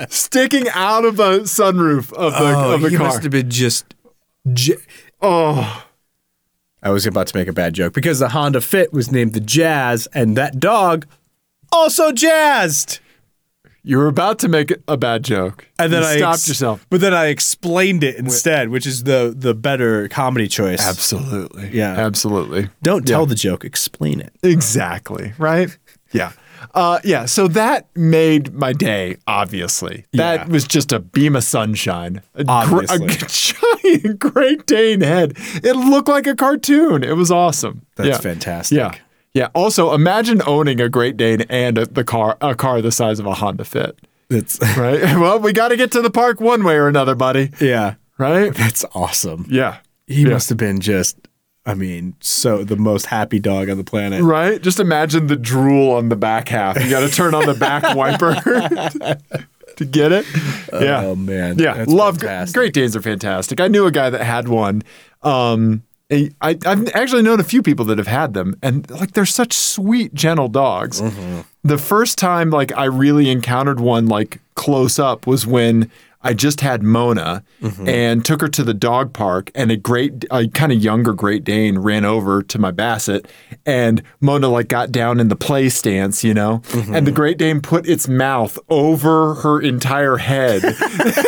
Speaker 3: sticking out of a sunroof of the of the
Speaker 4: he
Speaker 3: car.
Speaker 4: Oh, must have been just. J-
Speaker 3: oh,
Speaker 4: I was about to make a bad joke because the Honda Fit was named the Jazz, and that dog also jazzed.
Speaker 3: you were about to make a bad joke,
Speaker 4: And then
Speaker 3: you
Speaker 4: I
Speaker 3: stopped
Speaker 4: ex-
Speaker 3: yourself.
Speaker 4: But then I explained it instead, which is the the better comedy choice.
Speaker 3: Absolutely,
Speaker 4: Yeah.
Speaker 3: absolutely.
Speaker 4: Don't tell the joke, explain it.
Speaker 3: Exactly. Right? Yeah. Uh, yeah. So that made my day, obviously. That
Speaker 4: Yeah.
Speaker 3: was just a beam of sunshine. A, gr-
Speaker 4: Obviously.
Speaker 3: a giant Great Dane head. It looked like a cartoon. It was awesome.
Speaker 4: That's
Speaker 3: yeah.
Speaker 4: fantastic.
Speaker 3: Yeah. Yeah. Also, imagine owning a Great Dane and a, the car, a car the size of a Honda Fit.
Speaker 4: That's
Speaker 3: Right. Well, we got to get to the park one way or another, buddy.
Speaker 4: yeah.
Speaker 3: Right.
Speaker 4: That's awesome.
Speaker 3: Yeah.
Speaker 4: He
Speaker 3: Yeah.
Speaker 4: must have been just I mean, so the most happy dog on the planet.
Speaker 3: Right? Just imagine the drool on the back half. You got to turn on the back wiper to get it. Yeah.
Speaker 4: Oh man.
Speaker 3: yeah.
Speaker 4: That's
Speaker 3: Love
Speaker 4: fantastic.
Speaker 3: Great Danes are fantastic. I knew a guy that had one. Um, I, I- I've actually known a few people that have had them, and like they're such sweet, gentle dogs.
Speaker 4: Mm-hmm.
Speaker 3: The first time like I really encountered one like close up was when I just had Mona
Speaker 4: Mm-hmm.
Speaker 3: and took her to the dog park, and a great, a kind of younger Great Dane ran over to my Basset, and Mona like got down in the play stance, you know, and the
Speaker 4: Mm-hmm.
Speaker 3: Great Dane put its mouth over her entire head,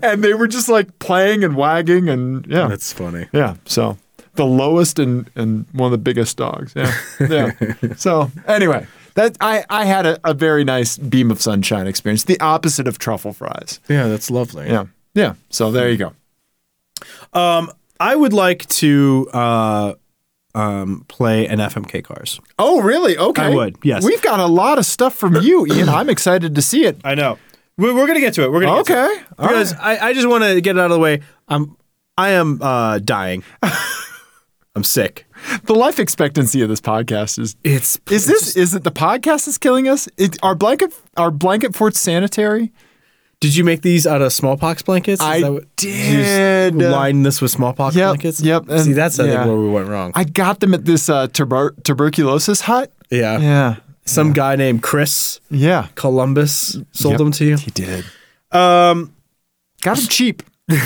Speaker 3: and they were just like playing and wagging, and yeah,
Speaker 4: That's funny.
Speaker 3: yeah. So the lowest and, and one of the biggest dogs. Yeah. Yeah. so anyway, that I, I had a, a very nice beam of sunshine experience. The opposite of truffle fries.
Speaker 4: Yeah, that's lovely.
Speaker 3: Yeah. Yeah. So there you go.
Speaker 4: I would like to uh, um, play an FMK cars.
Speaker 3: Oh really? Okay.
Speaker 4: I would, yes.
Speaker 3: We've got a lot of stuff from you, Ian. I'm excited to see it.
Speaker 4: I know. We're, we're gonna get to it. We're gonna get to
Speaker 3: Okay.
Speaker 4: it. because I, I just want to get it out of the way. I'm I am uh, dying. I'm sick.
Speaker 3: The life expectancy of this podcast is
Speaker 4: It's
Speaker 3: Is this is it the podcast that's killing us? It, our blanket our blanket forts sanitary?
Speaker 4: Did you make these out of smallpox blankets? Is
Speaker 3: I
Speaker 4: that what-
Speaker 3: did.
Speaker 4: You just line this with smallpox
Speaker 3: Yep,
Speaker 4: blankets.
Speaker 3: yep,
Speaker 4: See,
Speaker 3: and-
Speaker 4: that's I think
Speaker 3: yeah.
Speaker 4: where we went wrong.
Speaker 3: I got them at this uh, tuber- tuberculosis hut.
Speaker 4: yeah.
Speaker 3: Yeah,
Speaker 4: Some guy named Chris
Speaker 3: yeah,
Speaker 4: Columbus sold
Speaker 3: Yep.
Speaker 4: them to you.
Speaker 3: he did.
Speaker 4: Um,
Speaker 3: Got them cheap.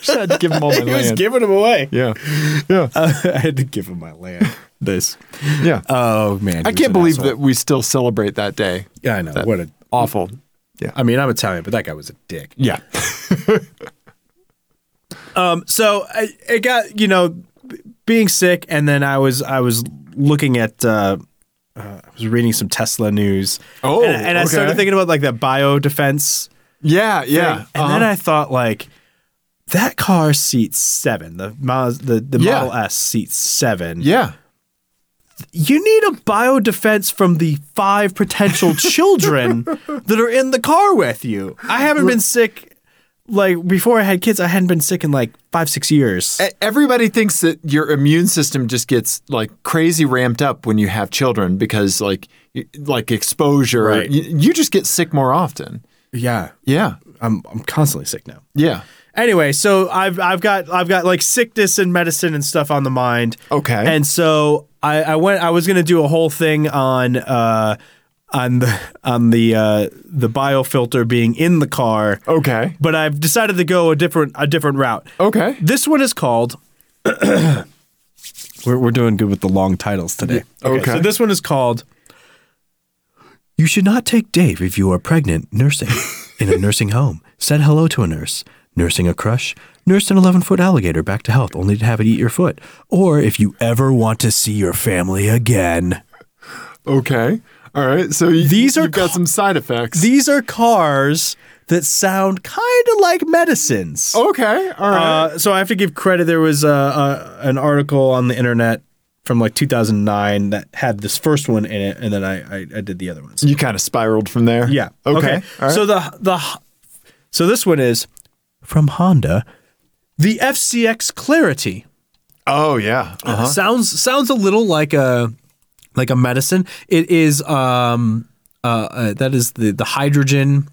Speaker 3: Just had to give them all my land.
Speaker 4: giving them away.
Speaker 3: yeah, yeah,
Speaker 4: I had to give him my land. This.
Speaker 3: yeah.
Speaker 4: Oh man.
Speaker 3: uh, I can't believe that we still celebrate that day.
Speaker 4: Yeah, I know. what a.
Speaker 3: Awful.
Speaker 4: I mean, I'm Italian, but that guy was a dick.
Speaker 3: Yeah,
Speaker 4: Um, so I, it got you know b- being sick, and then I was I was looking at uh, uh, I was reading some Tesla news.
Speaker 3: Oh,
Speaker 4: and, and I started
Speaker 3: okay.
Speaker 4: thinking about like that bio defense.
Speaker 3: yeah, yeah.
Speaker 4: and
Speaker 3: Uh-huh.
Speaker 4: then I thought like that car seats seven. The Maz- the the
Speaker 3: Yeah.
Speaker 4: Model S seats seven.
Speaker 3: yeah,
Speaker 4: You need a bio defense from the five potential children that are in the car with you. I haven't been sick like before I had kids. I hadn't been sick in like five six years.
Speaker 3: E- everybody thinks that your immune system just gets like crazy ramped up when you have children because like y- like exposure
Speaker 4: Right.
Speaker 3: you, you just get sick more often
Speaker 4: Yeah,
Speaker 3: yeah
Speaker 4: I'm I'm constantly sick now.
Speaker 3: yeah
Speaker 4: Anyway, so I've I've got I've got like sickness and medicine and stuff on the mind.
Speaker 3: Okay.
Speaker 4: And so I, I went I was gonna do a whole thing on uh on the on the uh the biofilter being in the car.
Speaker 3: okay
Speaker 4: But I've decided to go a different a different route.
Speaker 3: okay
Speaker 4: This one is called we're, we're doing good with the long titles today.
Speaker 3: okay.
Speaker 4: So this one is called You Should Not Take Dave If You Are Pregnant Nursing in a Nursing Home. Said hello to a nurse. Nursing a crush. Nursed an 11 foot alligator back to health only to have it eat your foot. Or if you ever want to see your family again.
Speaker 3: okay all right so you,
Speaker 4: These are
Speaker 3: you've got
Speaker 4: ca-
Speaker 3: some side effects
Speaker 4: These are cars that sound kind of like medicines.
Speaker 3: okay all right
Speaker 4: Uh, so I have to give credit. There was uh, uh, an article on the internet from like 2009 that had this first one in it, and then I, I, I did the other ones.
Speaker 3: you kind of spiraled from there
Speaker 4: Yeah.
Speaker 3: okay, all right
Speaker 4: So the the so this one is from Honda, the FCX Clarity.
Speaker 3: oh yeah uh-huh.
Speaker 4: Sounds sounds a little like a like a medicine. It is um uh, uh that is the the hydrogen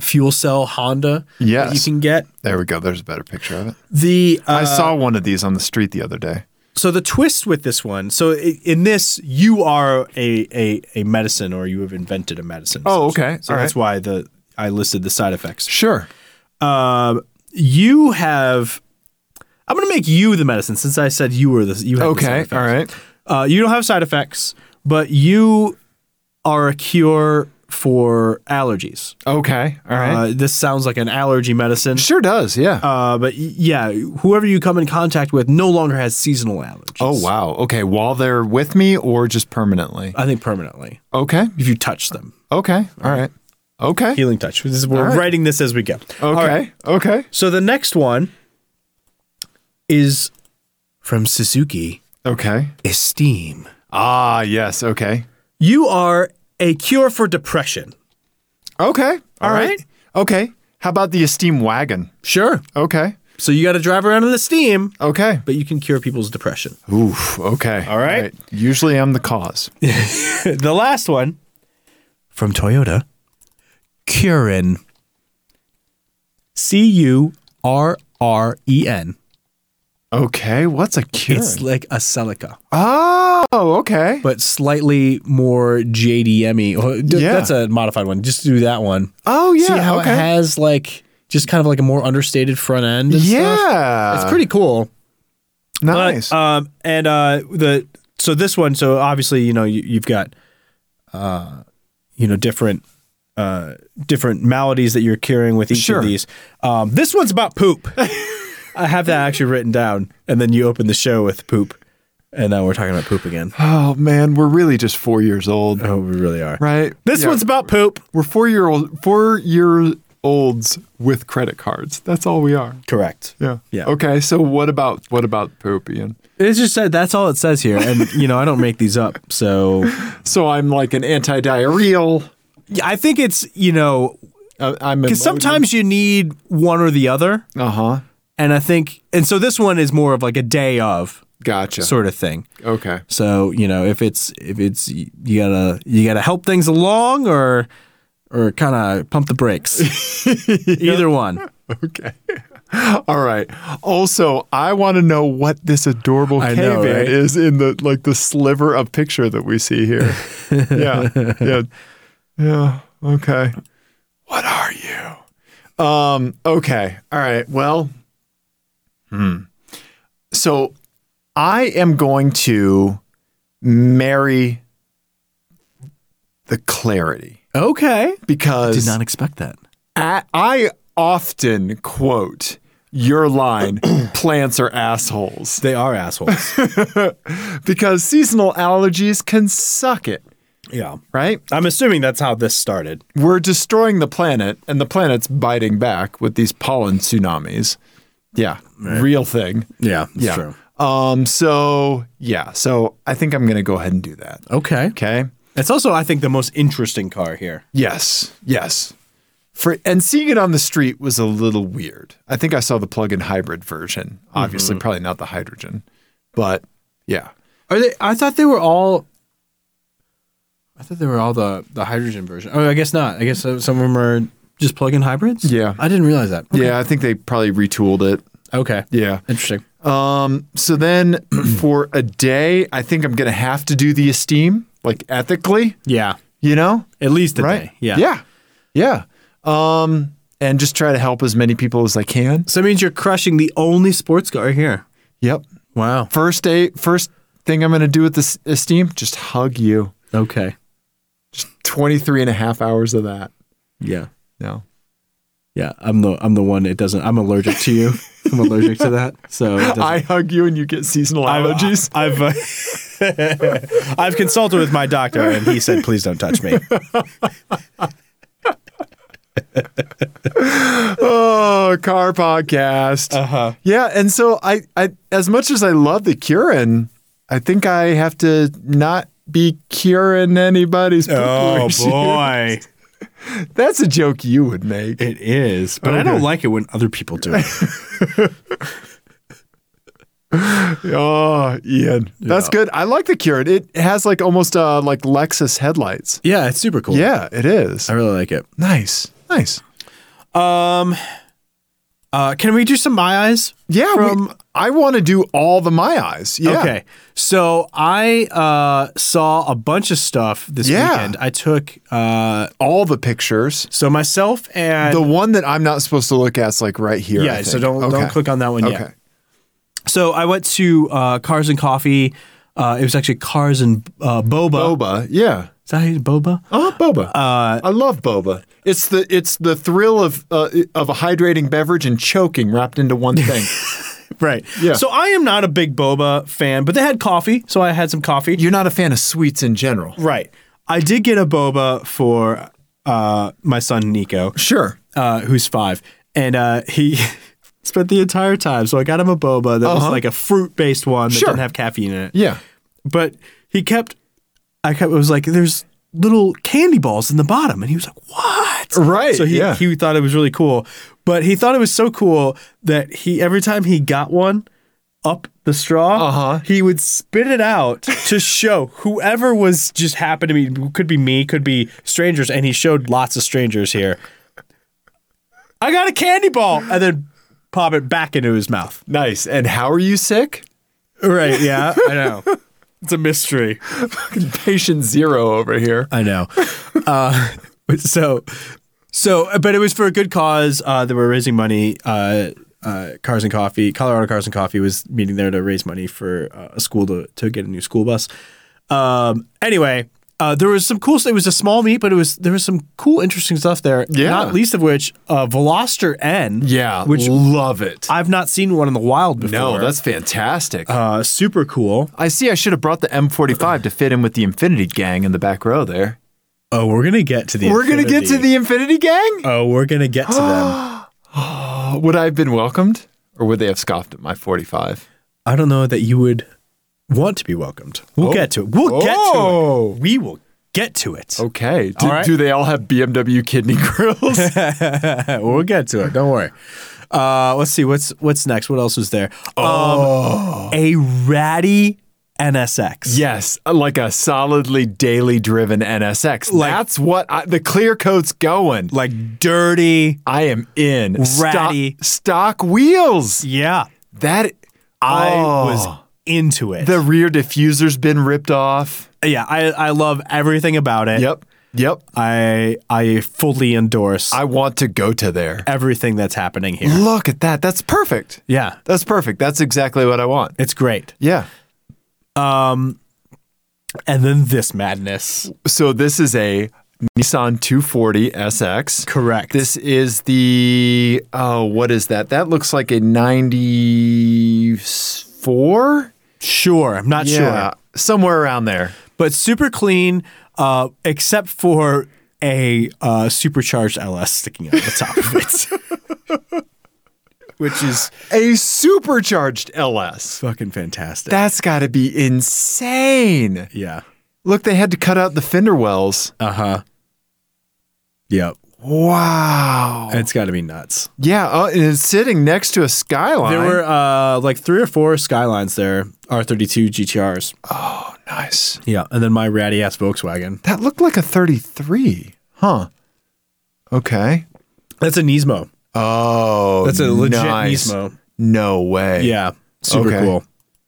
Speaker 4: fuel cell Honda that you
Speaker 3: Yes.
Speaker 4: can get.
Speaker 3: there we go there's a better picture of it
Speaker 4: The uh,
Speaker 3: i saw one of these on the street the other day
Speaker 4: so the twist with this one. So i- in this you are a a a medicine or you have invented a medicine.
Speaker 3: Oh, okay.
Speaker 4: So
Speaker 3: All
Speaker 4: that's
Speaker 3: right.
Speaker 4: why the I listed the side effects.
Speaker 3: sure
Speaker 4: Um, you have. I'm gonna make you the medicine since I said you were the you have
Speaker 3: okay
Speaker 4: The side
Speaker 3: all
Speaker 4: effects.
Speaker 3: right
Speaker 4: Uh, you don't have side effects, but you are a cure for allergies.
Speaker 3: okay all right
Speaker 4: Uh, this sounds like an allergy medicine.
Speaker 3: sure does yeah
Speaker 4: Uh, but y- yeah, whoever you come in contact with no longer has seasonal allergies.
Speaker 3: Oh wow. Okay, while they're with me or just permanently?
Speaker 4: I think permanently
Speaker 3: Okay.
Speaker 4: if you touch them.
Speaker 3: Okay. All right. Okay.
Speaker 4: Healing touch. This is- we're
Speaker 3: right.
Speaker 4: writing this as we go. All
Speaker 3: Okay.
Speaker 4: right.
Speaker 3: Okay.
Speaker 4: So the next one is from Suzuki.
Speaker 3: Okay.
Speaker 4: Esteem.
Speaker 3: Ah, yes. Okay.
Speaker 4: You are a cure for depression.
Speaker 3: Okay.
Speaker 4: All
Speaker 3: All right.
Speaker 4: right.
Speaker 3: Okay. How about the esteem wagon?
Speaker 4: Sure.
Speaker 3: Okay.
Speaker 4: So you got to drive around in the steam,
Speaker 3: Okay.
Speaker 4: but you can cure people's depression.
Speaker 3: Oof. Okay. All
Speaker 4: right.
Speaker 3: Usually I'm the cause.
Speaker 4: the last one from Toyota Curin. C U R R E N.
Speaker 3: Okay. What's a cure?
Speaker 4: It's like a Celica,
Speaker 3: oh, okay.
Speaker 4: but slightly more JDM y.
Speaker 3: Yeah.
Speaker 4: Oh, That's a modified one. Just do that one.
Speaker 3: oh, yeah.
Speaker 4: See how
Speaker 3: okay.
Speaker 4: it has like just kind of like a more understated front end. and stuff?
Speaker 3: yeah.
Speaker 4: It's pretty cool. But,
Speaker 3: nice.
Speaker 4: uh,
Speaker 3: Sure.
Speaker 4: uh, of these. Um, this one's about poop. I have that actually written down. And then you open the show with poop. And now we're talking about poop again.
Speaker 3: Oh man, we're really just four years old,
Speaker 4: Oh, we really are.
Speaker 3: right?
Speaker 4: This
Speaker 3: Yeah,
Speaker 4: one's about poop.
Speaker 3: we're four year old four year olds with credit cards. That's all we are.
Speaker 4: Correct.
Speaker 3: Yeah.
Speaker 4: Yeah.
Speaker 3: Okay. So what about what about poop, Ian?
Speaker 4: It just said that's all it says here. And, you know, I don't make these up. So
Speaker 3: So I'm like an anti-diarrheal.
Speaker 4: Yeah, I think it's, you know,
Speaker 3: Uh, I'm
Speaker 4: because sometimes you need one or the other.
Speaker 3: Uh huh.
Speaker 4: And I think, and so this one is more of like a day of
Speaker 3: Gotcha.
Speaker 4: sort of thing.
Speaker 3: okay.
Speaker 4: So you know, if it's if it's you gotta you gotta help things along or or kind of pump the brakes. Either one.
Speaker 3: Okay. All right. Also, I want to know what this adorable
Speaker 4: I
Speaker 3: caveman
Speaker 4: know, right?
Speaker 3: is in the like the sliver of picture that we see here. yeah. Yeah. Yeah. Okay. What are you? Um, okay. All right. Well, hmm. So I am going to marry the clarity
Speaker 4: Okay.
Speaker 3: because
Speaker 4: Did not expect that.
Speaker 3: a- I often quote your line, plants are assholes,
Speaker 4: They are assholes.
Speaker 3: because seasonal allergies can suck it,
Speaker 4: yeah.
Speaker 3: right?
Speaker 4: I'm assuming that's how this started.
Speaker 3: We're destroying the planet, and the planet's biting back with these pollen tsunamis. Yeah, real thing.
Speaker 4: Yeah. That's
Speaker 3: yeah. Um, so, yeah, so I think I'm going to go ahead and do that.
Speaker 4: Okay.
Speaker 3: Okay.
Speaker 4: It's also, I think, the most interesting car here.
Speaker 3: Yes, yes. For and seeing it on the street was a little weird. I think I saw the plug-in hybrid version.
Speaker 4: Mm-hmm.
Speaker 3: Obviously, probably not the hydrogen, but yeah.
Speaker 4: Are they? I thought they were all. I thought they were all the the hydrogen version. Oh, I guess not. I guess some of them are just plug-in hybrids.
Speaker 3: Yeah.
Speaker 4: I didn't realize that.
Speaker 3: Yeah, I think they probably retooled it.
Speaker 4: Okay.
Speaker 3: Yeah.
Speaker 4: Interesting.
Speaker 3: Um so then for a day, I think I'm going to have to do the esteem like ethically,
Speaker 4: Yeah.
Speaker 3: you know?
Speaker 4: At least a
Speaker 3: Right?
Speaker 4: day. Yeah.
Speaker 3: Yeah. Yeah. Um and just try to help as many people as I can.
Speaker 4: So it means you're crushing the only sports car here.
Speaker 3: Yep.
Speaker 4: Wow.
Speaker 3: First day, first thing I'm going to do with this esteem, just hug you.
Speaker 4: Okay.
Speaker 3: 23 and a half hours of that.
Speaker 4: Yeah.
Speaker 3: No.
Speaker 4: Yeah. I'm the I'm the one. It doesn't. I'm allergic to you. I'm allergic to that. So it doesn't-
Speaker 3: I hug you and you get seasonal allergies.
Speaker 4: I've uh, I've consulted with my doctor, and he said, "Please don't touch me."
Speaker 3: oh, car podcast.
Speaker 4: Uh-huh.
Speaker 3: Yeah, and so I, I as much as I love the Curin, I think I have to not be curing anybody's poop issue.
Speaker 4: Oh, boy,
Speaker 3: That's a joke you would make.
Speaker 4: it is. But I don't like it when other people do it.
Speaker 3: Oh, Ian. That's good. I like the Curin. It has like almost uh like Lexus headlights.
Speaker 4: yeah, it's super cool.
Speaker 3: Yeah, it is.
Speaker 4: I really like it.
Speaker 3: Nice. Nice.
Speaker 4: Um, uh, can we do some my eyes?
Speaker 3: Yeah, we-
Speaker 4: From-
Speaker 3: I want to do all the my eyes. Yeah.
Speaker 4: Okay. So I uh, saw a bunch of stuff this
Speaker 3: Yeah.
Speaker 4: weekend. I took uh,
Speaker 3: All the pictures.
Speaker 4: so myself and
Speaker 3: The one that I'm not supposed to look at is like right here. I
Speaker 4: yeah. So
Speaker 3: think.
Speaker 4: don't
Speaker 3: Okay.
Speaker 4: don't click on that one yet.
Speaker 3: Okay.
Speaker 4: So I went to uh, Cars and Coffee. Uh, it was actually Cars and uh, Boba.
Speaker 3: Boba. Yeah.
Speaker 4: Is that how you Boba?
Speaker 3: Oh, boba. I love boba. It's the it's the thrill of uh, of a hydrating beverage and choking wrapped into one thing.
Speaker 4: Right.
Speaker 3: Yeah.
Speaker 4: So I am not a big Boba fan, but they had coffee, so I had some coffee.
Speaker 3: You're not a fan of sweets in general.
Speaker 4: right. I did get a Boba for uh, my son Nico.
Speaker 3: Sure.
Speaker 4: uh, who's five, and uh, he spent the entire time. So I got him a boba that was like a fruit based one that
Speaker 3: Sure.
Speaker 4: didn't have caffeine in it.
Speaker 3: Yeah.
Speaker 4: But he kept, I kept, it was like, there's little candy balls in the bottom. And he was like, what?
Speaker 3: Right,
Speaker 4: So he,
Speaker 3: yeah.
Speaker 4: he thought it was really cool. But he thought it was so cool that he, every time he got one, up the straw,
Speaker 3: Uh-huh.
Speaker 4: he would spit it out to show whoever was just happened to be could be me, could be strangers, and he showed lots of strangers here. I got a candy ball, and then pop it back into his mouth.
Speaker 3: Nice. And how are you sick?
Speaker 4: Right? Yeah, I know. It's a mystery.
Speaker 3: Patient zero over here.
Speaker 4: I know. uh, so, so, but it was for a good cause. Uh, they were raising money. Uh, uh, Cars and Coffee, Colorado Cars and Coffee was meeting there to raise money for uh, a school to, to get a new school bus. Um, anyway, Uh, there was some cool. It was a small meet, but it was there was some cool, interesting stuff there.
Speaker 3: Yeah.
Speaker 4: Not least of which, uh, Veloster N.
Speaker 3: Yeah,
Speaker 4: Which
Speaker 3: love it.
Speaker 4: I've not seen one in the wild before.
Speaker 3: no, that's fantastic.
Speaker 4: uh, super cool.
Speaker 3: I see. I should have brought the M45 to fit in with the Infinity Gang in the back row. There,
Speaker 4: Oh, we're gonna get to the.
Speaker 3: we're gonna get to the Infinity Gang.
Speaker 4: Oh, we're gonna get to them.
Speaker 3: Uh, would I have been welcomed, or would they have scoffed at my 45?
Speaker 4: I don't know that you would want to be welcomed. We'll get to it. We'll
Speaker 3: Oh.
Speaker 4: get to it. We will get to it.
Speaker 3: Okay. Do,
Speaker 4: All right.
Speaker 3: do they all have BMW kidney grills?
Speaker 4: we'll get to it. Don't worry. Uh, let's see what's what's next. What else was there? Um, a ratty NSX.
Speaker 3: yes, uh, like a solidly daily driven NSX.
Speaker 4: Like-
Speaker 3: That's what I, the clear coat's going.
Speaker 4: like dirty.
Speaker 3: I am in. Stock-
Speaker 4: Ratty.
Speaker 3: stock wheels.
Speaker 4: Yeah,
Speaker 3: That
Speaker 4: I
Speaker 3: Oh.
Speaker 4: was into it.
Speaker 3: the rear diffuser's been ripped off.
Speaker 4: yeah, I I love everything about it.
Speaker 3: Yep. Yep.
Speaker 4: I I fully endorse
Speaker 3: I want to go to there.
Speaker 4: everything that's happening here.
Speaker 3: Look at that. That's perfect.
Speaker 4: Yeah,
Speaker 3: That's perfect. That's exactly what I want.
Speaker 4: it's great.
Speaker 3: Yeah.
Speaker 4: And then this madness.
Speaker 3: So this is a Nissan 240 SX.
Speaker 4: Correct.
Speaker 3: This is the oh, what is that? That looks like a 94?
Speaker 4: sure, I'm not sure,
Speaker 3: Somewhere around there.
Speaker 4: but super clean, uh, except for a uh, supercharged LS sticking out the top of it, which is
Speaker 3: A supercharged LS.
Speaker 4: fucking fantastic.
Speaker 3: That's got to be insane.
Speaker 4: yeah.
Speaker 3: Look, they had to cut out the fender wells.
Speaker 4: Uh huh. Yep.
Speaker 3: Wow.
Speaker 4: It's got to be nuts.
Speaker 3: Yeah, oh, and it's sitting next to a skyline.
Speaker 4: There were uh, like three or four Skylines there, R32 GTRs.
Speaker 3: Oh, nice.
Speaker 4: Yeah, and then my ratty ass Volkswagen.
Speaker 3: That looked like a 33. Huh. Okay.
Speaker 4: That's a Nismo.
Speaker 3: Oh,
Speaker 4: That's a legit
Speaker 3: nice.
Speaker 4: Nismo.
Speaker 3: No way.
Speaker 4: Yeah, super
Speaker 3: Okay.
Speaker 4: cool.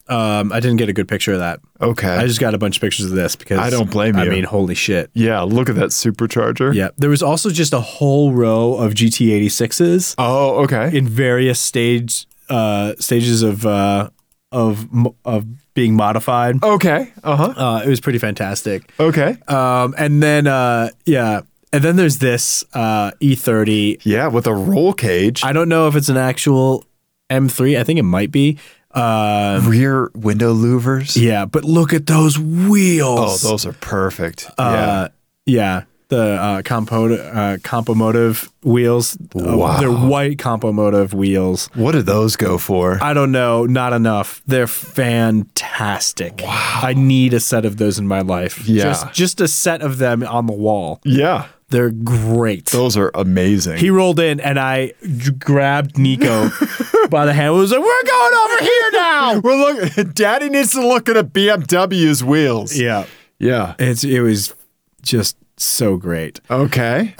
Speaker 4: Um, I didn't get a good picture of that.
Speaker 3: Okay.
Speaker 4: I just got a bunch of pictures of this because
Speaker 3: I don't blame
Speaker 4: I
Speaker 3: you.
Speaker 4: mean, holy shit.
Speaker 3: yeah, look at that supercharger.
Speaker 4: Yeah, there was also just a whole row of GT86s
Speaker 3: Oh, okay.
Speaker 4: in various stage uh, stages of uh, of mo- of being modified.
Speaker 3: okay. Uh-huh.
Speaker 4: Uh, it was pretty fantastic.
Speaker 3: Okay.
Speaker 4: Um, and then uh, yeah, and then there's this uh, E30.
Speaker 3: Yeah, with a roll cage.
Speaker 4: I don't know if it's an actual M3. I think it might be. Uh,
Speaker 3: rear window louvers.
Speaker 4: yeah, but look at those
Speaker 3: Oh,
Speaker 4: wheels.
Speaker 3: those are perfect.
Speaker 4: uh, yeah. The uh, compo uh, compomotive wheels. Uh,
Speaker 3: Wow.
Speaker 4: they're white compomotive wheels.
Speaker 3: yeah. What do those go for?
Speaker 4: I don't know. Not enough. They're fantastic. Wow. I need a set of those in my life.
Speaker 3: Yeah.
Speaker 4: Just, just a set of them on the wall.
Speaker 3: yeah.
Speaker 4: They're great.
Speaker 3: Those are amazing.
Speaker 4: He rolled in, and I g- grabbed Nico by the hand. I was like, "We're going over here now."
Speaker 3: We're look Daddy needs to look at a BMW's wheels.
Speaker 4: Yeah,
Speaker 3: Yeah.
Speaker 4: it's it was just so great.
Speaker 3: Okay.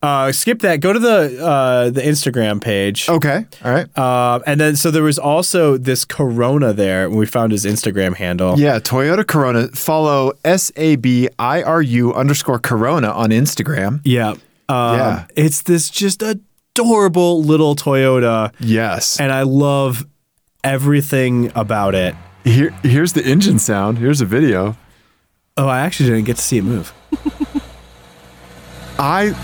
Speaker 4: Uh, skip that. Go to the uh, the Instagram page.
Speaker 3: okay. All right.
Speaker 4: Uh, and then so there was also this Corona there. We found his Instagram handle.
Speaker 3: Yeah, Toyota Corona. Follow S A B I R U underscore Corona on Instagram.
Speaker 4: Yeah. Um,
Speaker 3: Yeah.
Speaker 4: It's this just adorable little Toyota,
Speaker 3: Yes.
Speaker 4: and I love everything about it.
Speaker 3: Here, here's the engine sound. Here's a video.
Speaker 4: Oh, I actually didn't get to see it move.
Speaker 3: I.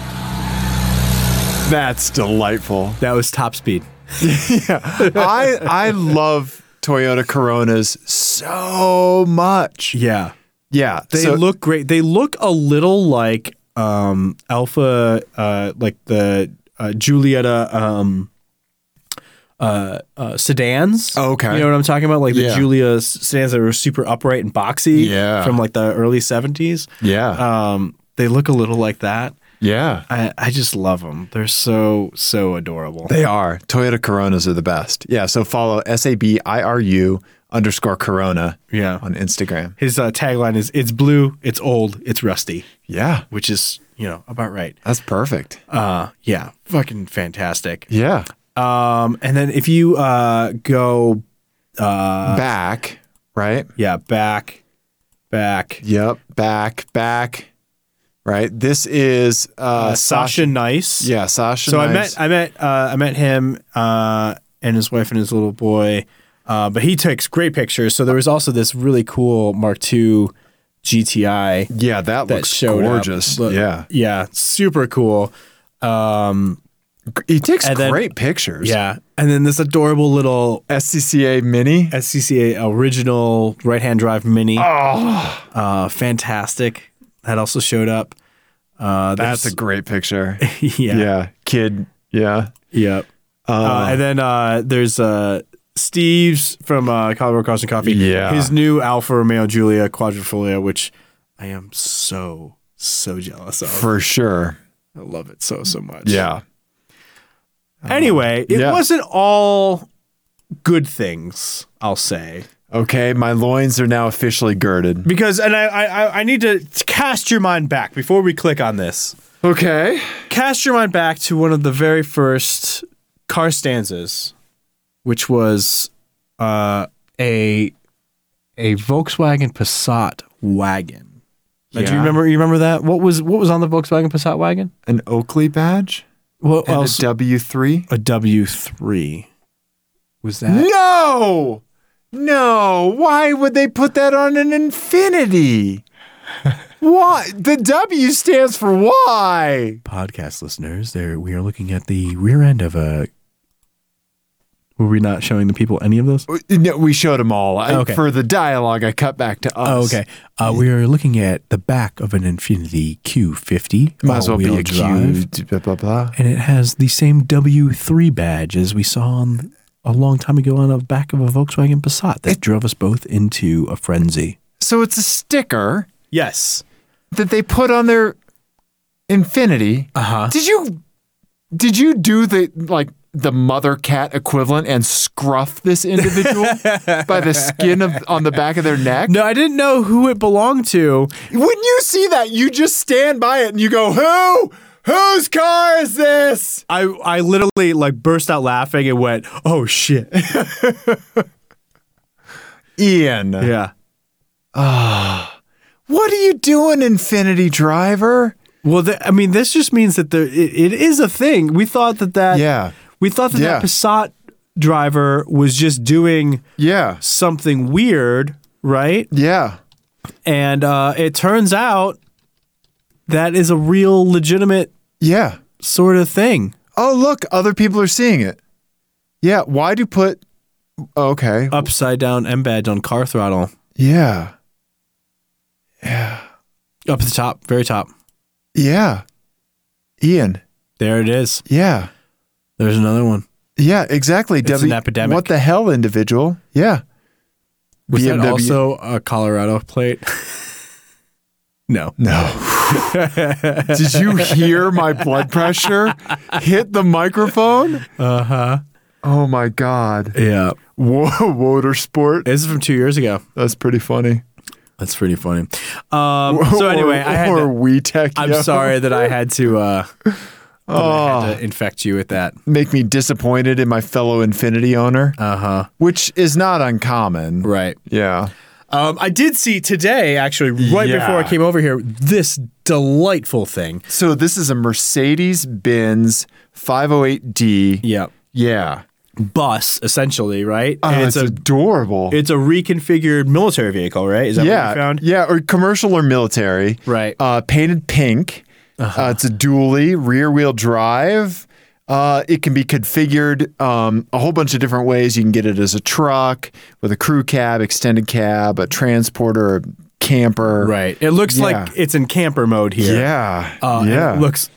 Speaker 3: That's delightful.
Speaker 4: That was top speed.
Speaker 3: I I love Toyota Coronas so much.
Speaker 4: Yeah.
Speaker 3: Yeah,
Speaker 4: They
Speaker 3: so-
Speaker 4: look great. They look a little like um, Alpha, uh, like the uh, Giulietta um, uh, uh, sedans.
Speaker 3: Oh, Okay.
Speaker 4: you know what I'm talking about, like the
Speaker 3: Yeah.
Speaker 4: Giulia s- sedans that were super upright and boxy.
Speaker 3: Yeah.
Speaker 4: from like the early '70s.
Speaker 3: Yeah,
Speaker 4: Um, they look a little like that.
Speaker 3: yeah,
Speaker 4: I, I just love them. They're so so adorable.
Speaker 3: they are. Toyota Coronas are the best. Yeah, so follow S A B I R U underscore Corona
Speaker 4: Yeah.
Speaker 3: on Instagram.
Speaker 4: His uh, tagline is "It's blue, it's old, it's rusty,"
Speaker 3: Yeah,
Speaker 4: which is you know about right.
Speaker 3: that's perfect.
Speaker 4: Uh, yeah, fucking fantastic.
Speaker 3: Yeah,
Speaker 4: Um, and then if you uh, go, uh,
Speaker 3: back, right?
Speaker 4: yeah, back, back.
Speaker 3: Yep, back, back. Right. This is uh,
Speaker 4: Uh, Sasha, Nice.
Speaker 3: Yeah, Sasha.
Speaker 4: So
Speaker 3: Nice.
Speaker 4: I met, I met, uh, I met him uh, and his wife and his little boy. Uh, but he takes great pictures. So there was also this really cool Mark II GTI
Speaker 3: Yeah, that,
Speaker 4: that
Speaker 3: looks
Speaker 4: showed up.
Speaker 3: gorgeous.
Speaker 4: Look-
Speaker 3: yeah.
Speaker 4: yeah, super cool. Um,
Speaker 3: He takes
Speaker 4: And then-
Speaker 3: great pictures.
Speaker 4: yeah, and then this adorable little
Speaker 3: SCCA Mini.
Speaker 4: SCCA original right-hand drive Mini.
Speaker 3: Ah.
Speaker 4: Oh, uh, fantastic! That also showed up. Uh,
Speaker 3: That's a
Speaker 4: there's-
Speaker 3: great picture.
Speaker 4: yeah,
Speaker 3: yeah. Kid. Yeah.
Speaker 4: Yep. Uh, and then uh, there's uh, Steve's from uh, Colorado Crossing Coffee.
Speaker 3: Yeah.
Speaker 4: His new Alfa Romeo Giulia Quadrifoglio, which I am so, so jealous of.
Speaker 3: For sure.
Speaker 4: I love it so, so much.
Speaker 3: Yeah.
Speaker 4: Anyway, it
Speaker 3: Yeah.
Speaker 4: wasn't all good things, I'll say.
Speaker 3: Okay, my loins are now officially girded.
Speaker 4: Because, and I, I, I- I need to cast your mind back before we click on this.
Speaker 3: Okay.
Speaker 4: Cast your mind back to one of the very first car stanzas, which was uh, a a Volkswagen Passat wagon. Now, Do you
Speaker 3: Yeah.
Speaker 4: remember? You remember that? What was what was on the Volkswagen Passat wagon?
Speaker 3: An Oakley badge
Speaker 4: What
Speaker 3: and
Speaker 4: else?
Speaker 3: a W3.
Speaker 4: A W three. Was that?
Speaker 3: No! No, why would they put that on an infinity? Why? The W stands for why?
Speaker 4: podcast listeners, there we are looking at the rear end of a. Were we not showing the people any of those?
Speaker 3: No, we showed them all. I-
Speaker 4: Okay.
Speaker 3: for the dialogue, I cut back to us.
Speaker 4: Oh, okay. Uh, we are looking at the back of an Infinity Q50.
Speaker 3: Might as well be
Speaker 4: all-wheel
Speaker 3: a Q. Blah, blah, blah.
Speaker 4: And it has the same W3 badge as we saw on, a long time ago on the back of a Volkswagen Passat that drove us both into a frenzy.
Speaker 3: So it's a sticker
Speaker 4: Yes.
Speaker 3: that they put on their infinity.
Speaker 4: Uh huh.
Speaker 3: Did you did you do the like the mother cat equivalent and scruff this individual by the skin of on the back of their neck?
Speaker 4: No, I didn't know who it belonged to.
Speaker 3: When you see that, you just stand by it and you go, "Who? Whose car is this?"
Speaker 4: I, I literally like burst out laughing and went, oh shit.
Speaker 3: Ian.
Speaker 4: Yeah.
Speaker 3: What are you doing, Infinity Driver?
Speaker 4: Well, th- I mean, this just means that there, it, it is a thing. We thought that that
Speaker 3: Yeah.
Speaker 4: we thought that
Speaker 3: Yeah.
Speaker 4: that Passat driver was just doing
Speaker 3: Yeah.
Speaker 4: something weird, right?
Speaker 3: Yeah.
Speaker 4: And uh, it turns out that is a real, legitimate
Speaker 3: Yeah.
Speaker 4: sort of thing.
Speaker 3: Oh, look, other people are seeing it. Yeah, why do put Okay.
Speaker 4: Upside down M badge on car throttle
Speaker 3: Yeah.
Speaker 4: up at the top, very top.
Speaker 3: Yeah. Ian.
Speaker 4: There it is.
Speaker 3: Yeah.
Speaker 4: There's another one.
Speaker 3: Yeah, exactly.
Speaker 4: It's an epidemic.
Speaker 3: What the hell, individual? Yeah.
Speaker 4: Was that
Speaker 3: BMW.
Speaker 4: also a Colorado plate? no.
Speaker 3: No. Did you hear my blood pressure hit the microphone?
Speaker 4: Uh huh.
Speaker 3: Oh my God.
Speaker 4: Yeah.
Speaker 3: Whoa, Motorsport.
Speaker 4: This is from two years ago.
Speaker 3: That's pretty funny.
Speaker 4: That's pretty funny. Um, so
Speaker 3: Or-
Speaker 4: anyway, I had
Speaker 3: or
Speaker 4: to,
Speaker 3: we tech.
Speaker 4: I'm sorry that I had to uh, that I had to infect you with that.
Speaker 3: Make me disappointed in my fellow Infinity owner,
Speaker 4: Uh huh.
Speaker 3: which is not uncommon.
Speaker 4: Right.
Speaker 3: Yeah.
Speaker 4: Um, I did see today, actually, right
Speaker 3: Yeah.
Speaker 4: before I came over here, this delightful thing.
Speaker 3: So this is a Mercedes Benz 508D.
Speaker 4: Yeah.
Speaker 3: Yeah.
Speaker 4: Bus, essentially, right?
Speaker 3: Oh,
Speaker 4: and
Speaker 3: it's,
Speaker 4: it's, a
Speaker 3: adorable.
Speaker 4: it's a reconfigured military vehicle, right? Is that
Speaker 3: yeah,
Speaker 4: what you found?
Speaker 3: yeah, or commercial or military.
Speaker 4: Right. Uh-huh.
Speaker 3: Uh, painted pink. Uh, it's a dually rear-wheel drive. Uh, it can be configured um, a whole bunch of different ways. You can get it as a truck with a crew cab, extended cab, a transporter, a camper.
Speaker 4: Right. It looks
Speaker 3: Yeah.
Speaker 4: like it's in camper mode here.
Speaker 3: Yeah.
Speaker 4: Uh, and
Speaker 3: yeah.
Speaker 4: It looks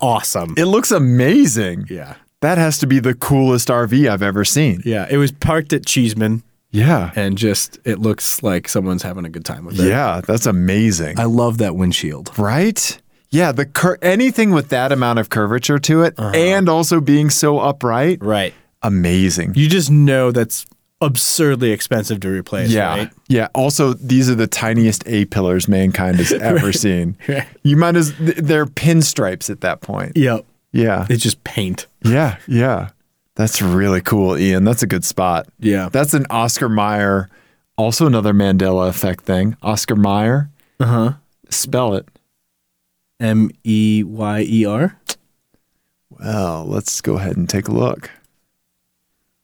Speaker 4: awesome.
Speaker 3: it looks amazing.
Speaker 4: yeah.
Speaker 3: That has to be the coolest RV I've ever seen.
Speaker 4: Yeah. It was parked at Cheeseman.
Speaker 3: Yeah.
Speaker 4: and just it looks like someone's having a good time with it.
Speaker 3: Yeah. That's amazing.
Speaker 4: I love that windshield.
Speaker 3: Right? Yeah, the cur- anything with that amount of curvature to it
Speaker 4: Uh-huh.
Speaker 3: and also being so upright,
Speaker 4: Right.
Speaker 3: amazing.
Speaker 4: You just know that's absurdly expensive to replace.
Speaker 3: Yeah.
Speaker 4: Right?
Speaker 3: Yeah, also these are the tiniest A pillars mankind has ever seen.
Speaker 4: Right.
Speaker 3: You might as th- they're pinstripes at that point.
Speaker 4: Yep.
Speaker 3: Yeah.
Speaker 4: It's just paint.
Speaker 3: Yeah, yeah. That's really cool, Ian. That's a good spot.
Speaker 4: Yeah.
Speaker 3: That's an Oscar Meyer, also another Mandela effect thing. Oscar Meyer,
Speaker 4: Uh huh.
Speaker 3: spell it.
Speaker 4: M E Y E R.
Speaker 3: Well, let's go ahead and take a look.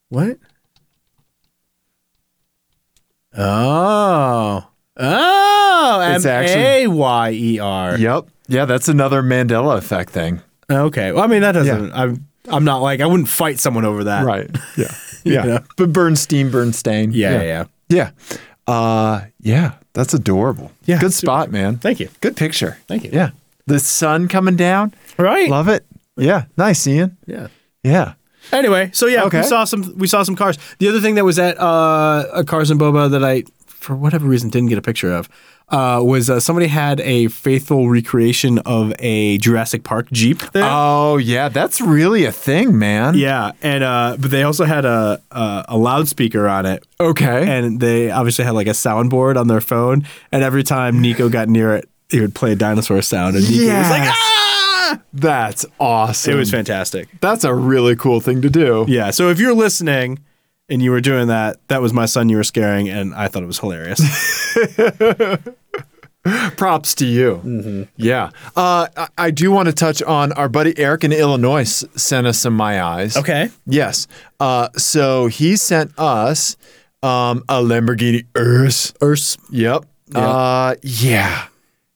Speaker 4: What? Oh. Oh. Oh, M
Speaker 3: It's actually-
Speaker 4: A Y E R.
Speaker 3: Yep. Yeah, that's another Mandela effect thing.
Speaker 4: Okay. Well, I mean, that doesn't.
Speaker 3: Yeah.
Speaker 4: I'm. I'm not like I wouldn't fight someone over that.
Speaker 3: Right. Yeah. Yeah.
Speaker 4: know?
Speaker 3: But Bernstein, Bernstein.
Speaker 4: Yeah. Yeah.
Speaker 3: Yeah.
Speaker 4: yeah.
Speaker 3: Yeah. Uh, yeah. That's adorable.
Speaker 4: Yeah.
Speaker 3: Good spot, man.
Speaker 4: Thank you.
Speaker 3: Good picture.
Speaker 4: Thank you.
Speaker 3: Yeah. The sun coming down.
Speaker 4: Right.
Speaker 3: Love it. Yeah. Nice, Ian.
Speaker 4: Yeah.
Speaker 3: Yeah.
Speaker 4: Anyway, so yeah,
Speaker 3: Okay.
Speaker 4: we saw some we saw some cars. The other thing that was at uh, a Cars and Boba that I, for whatever reason, didn't get a picture of uh, was uh, somebody had a faithful recreation of a Jurassic Park Jeep. There.
Speaker 3: Oh, yeah. That's really a thing, man.
Speaker 4: yeah, and uh, but they also had a a, a loudspeaker on it.
Speaker 3: Okay.
Speaker 4: And they obviously had like a soundboard on their phone, and every time Nico got near it, he would play a dinosaur sound, and Nico was like,
Speaker 3: Yes.
Speaker 4: "Ah!"
Speaker 3: that's awesome.
Speaker 4: It was fantastic.
Speaker 3: That's a really cool thing to do.
Speaker 4: Yeah. So if you're listening and you were doing that, that was my son you were scaring, and I thought it was hilarious.
Speaker 3: Props to you.
Speaker 4: Mm-hmm.
Speaker 3: Yeah. Uh, I, I do want to touch on our buddy Eric in Illinois s- sent us some My Eyes.
Speaker 4: okay.
Speaker 3: Yes. Uh, so he sent us um, a Lamborghini Urus.
Speaker 4: Urs.
Speaker 3: Yep. Uh, yeah.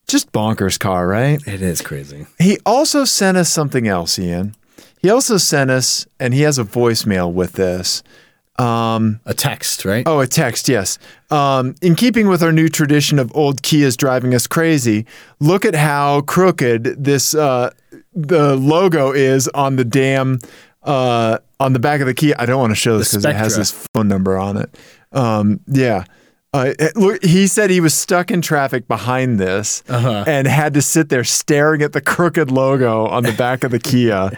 Speaker 3: Just bonkers car, right?
Speaker 4: It is crazy.
Speaker 3: He also sent us something else, Ian. He also sent us, and he has a voicemail with this.
Speaker 4: A text, right?
Speaker 3: Oh, a text, yes. Um, in keeping with our new tradition of old Kias driving us crazy, look at how crooked this uh, the logo is on the damn uh, on the back of the key. I don't want to show this because it has
Speaker 4: Spectra.
Speaker 3: his phone number on it. Um, yeah. Uh, it- look, he said he was stuck in traffic behind this and had to sit there staring at the crooked logo on the back of the Kia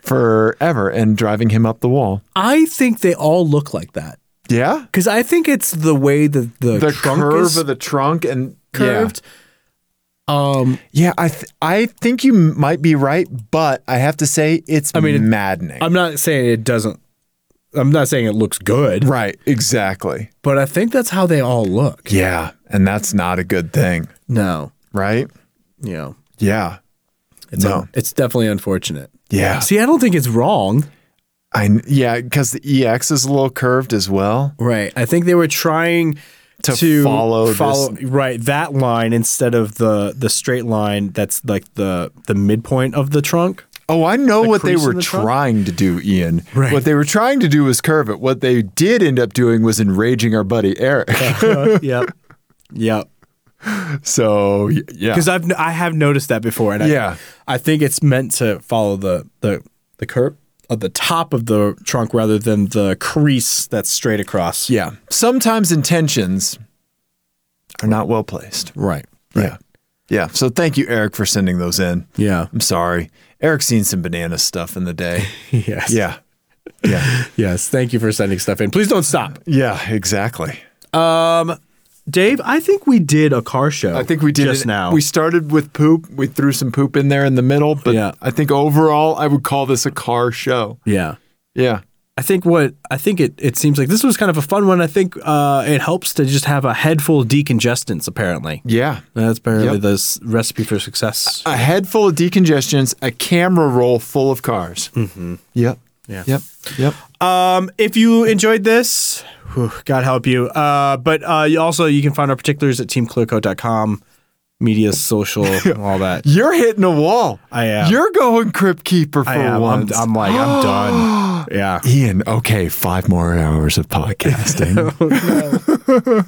Speaker 3: forever and driving him up the wall.
Speaker 4: I think they all look like that
Speaker 3: Yeah,
Speaker 4: because I think it's the way that the,
Speaker 3: the
Speaker 4: trunk
Speaker 3: curve
Speaker 4: is
Speaker 3: of the trunk and Yeah.
Speaker 4: curved. Um,
Speaker 3: Yeah, I th- I think you m- might be right, but I have to say it's I
Speaker 4: mean, it-
Speaker 3: mean, maddening.
Speaker 4: I'm not saying it doesn't. I'm not saying it looks good,
Speaker 3: right, exactly.
Speaker 4: but I think that's how they all look.
Speaker 3: Yeah, and that's not a good thing,
Speaker 4: No,
Speaker 3: right?
Speaker 4: you know,
Speaker 3: Yeah.
Speaker 4: it's
Speaker 3: No.
Speaker 4: it's definitely unfortunate.
Speaker 3: Yeah.
Speaker 4: See, I don't think it's wrong.
Speaker 3: I kn- yeah, cuz the EX is a little curved as well.
Speaker 4: Right. I think they were trying
Speaker 3: To
Speaker 4: to,
Speaker 3: follow this-
Speaker 4: right that line instead of the the straight line that's like the the midpoint of the trunk.
Speaker 3: Oh, I know what they
Speaker 4: crease
Speaker 3: were
Speaker 4: in the trunk?
Speaker 3: trying to do, Ian.
Speaker 4: Right.
Speaker 3: What they were trying to do was curve it. What they did end up doing was enraging our buddy Eric.
Speaker 4: yep. Yep.
Speaker 3: so, y- yeah.
Speaker 4: Because I've n- I have noticed that before, and I,
Speaker 3: Yeah.
Speaker 4: I think it's meant to follow the the the curve of the top of the trunk rather than the crease that's straight across.
Speaker 3: Yeah. Sometimes intentions are not well placed.
Speaker 4: Right.
Speaker 3: Yeah. Yeah. So thank you, Eric, for sending those in.
Speaker 4: Yeah.
Speaker 3: I'm sorry. Eric's seen some banana stuff in the day.
Speaker 4: Yes.
Speaker 3: yeah. Yeah.
Speaker 4: Yes. Thank you for sending stuff in. Please don't stop.
Speaker 3: Yeah, exactly.
Speaker 4: Dave, I think we did a car show.
Speaker 3: I think we did
Speaker 4: just
Speaker 3: it-
Speaker 4: now.
Speaker 3: We started with poop. We threw some poop in there in the middle, but
Speaker 4: Yeah.
Speaker 3: I think overall I would call this a car show.
Speaker 4: yeah.
Speaker 3: Yeah.
Speaker 4: I think what I think it, it seems like this was kind of a fun one. I think uh, it helps to just have a head full of decongestants. Apparently,
Speaker 3: Yeah.
Speaker 4: that's apparently
Speaker 3: Yep.
Speaker 4: the s- recipe for success.
Speaker 3: A head full of decongestions, a camera roll full of cars. Mm-hmm. Yep.
Speaker 4: Yeah.
Speaker 3: Yep. Yep.
Speaker 4: Um, if you enjoyed this, whew, God help you. Uh, but uh, you also you can find our particulars at teamclearcoat.com, media, social, all that.
Speaker 3: You're hitting a wall.
Speaker 4: I am.
Speaker 3: You're going Crypt Keeper for
Speaker 4: I am. I'm,
Speaker 3: once.
Speaker 4: I'm like I'm done. Yeah.
Speaker 3: Ian, okay, five more hours of podcasting.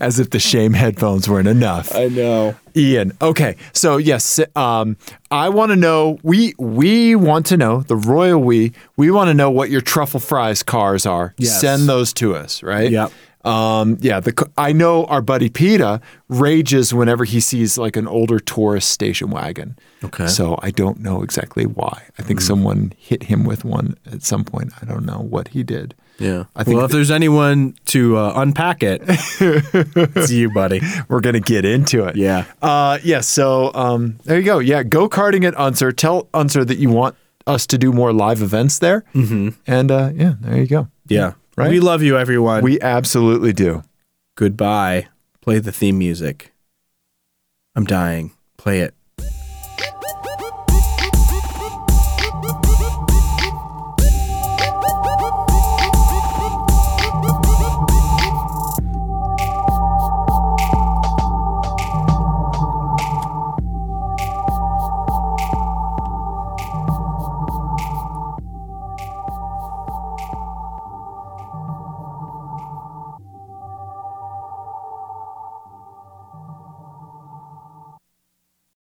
Speaker 3: As if the shame headphones weren't enough.
Speaker 4: I know.
Speaker 3: Ian, okay, so yes, um, I want to know. We we want to know the royal we. We want to know what your truffle fries cars are.
Speaker 4: Yes.
Speaker 3: Send those to us, right?
Speaker 4: Yep.
Speaker 3: Um, yeah. The c- I know our buddy Peta rages whenever he sees like an older tourist station wagon.
Speaker 4: Okay. Mm.
Speaker 3: So I don't know exactly why. I think someone hit him with one at some point. I don't know what he did.
Speaker 4: Yeah.
Speaker 3: I think
Speaker 4: well, if there's anyone to uh, unpack it, it's you, buddy.
Speaker 3: we're gonna get into it.
Speaker 4: Yeah.
Speaker 3: Uh, yeah. So um, there you go. Yeah, go karting at Unser. Tell Unser that you want us to do more live events there. Mm-hmm. And uh, yeah, there you go.
Speaker 4: Yeah.
Speaker 3: Right?
Speaker 4: We love you, everyone.
Speaker 3: We absolutely do.
Speaker 4: Goodbye. Play the theme music. I'm dying. Play it.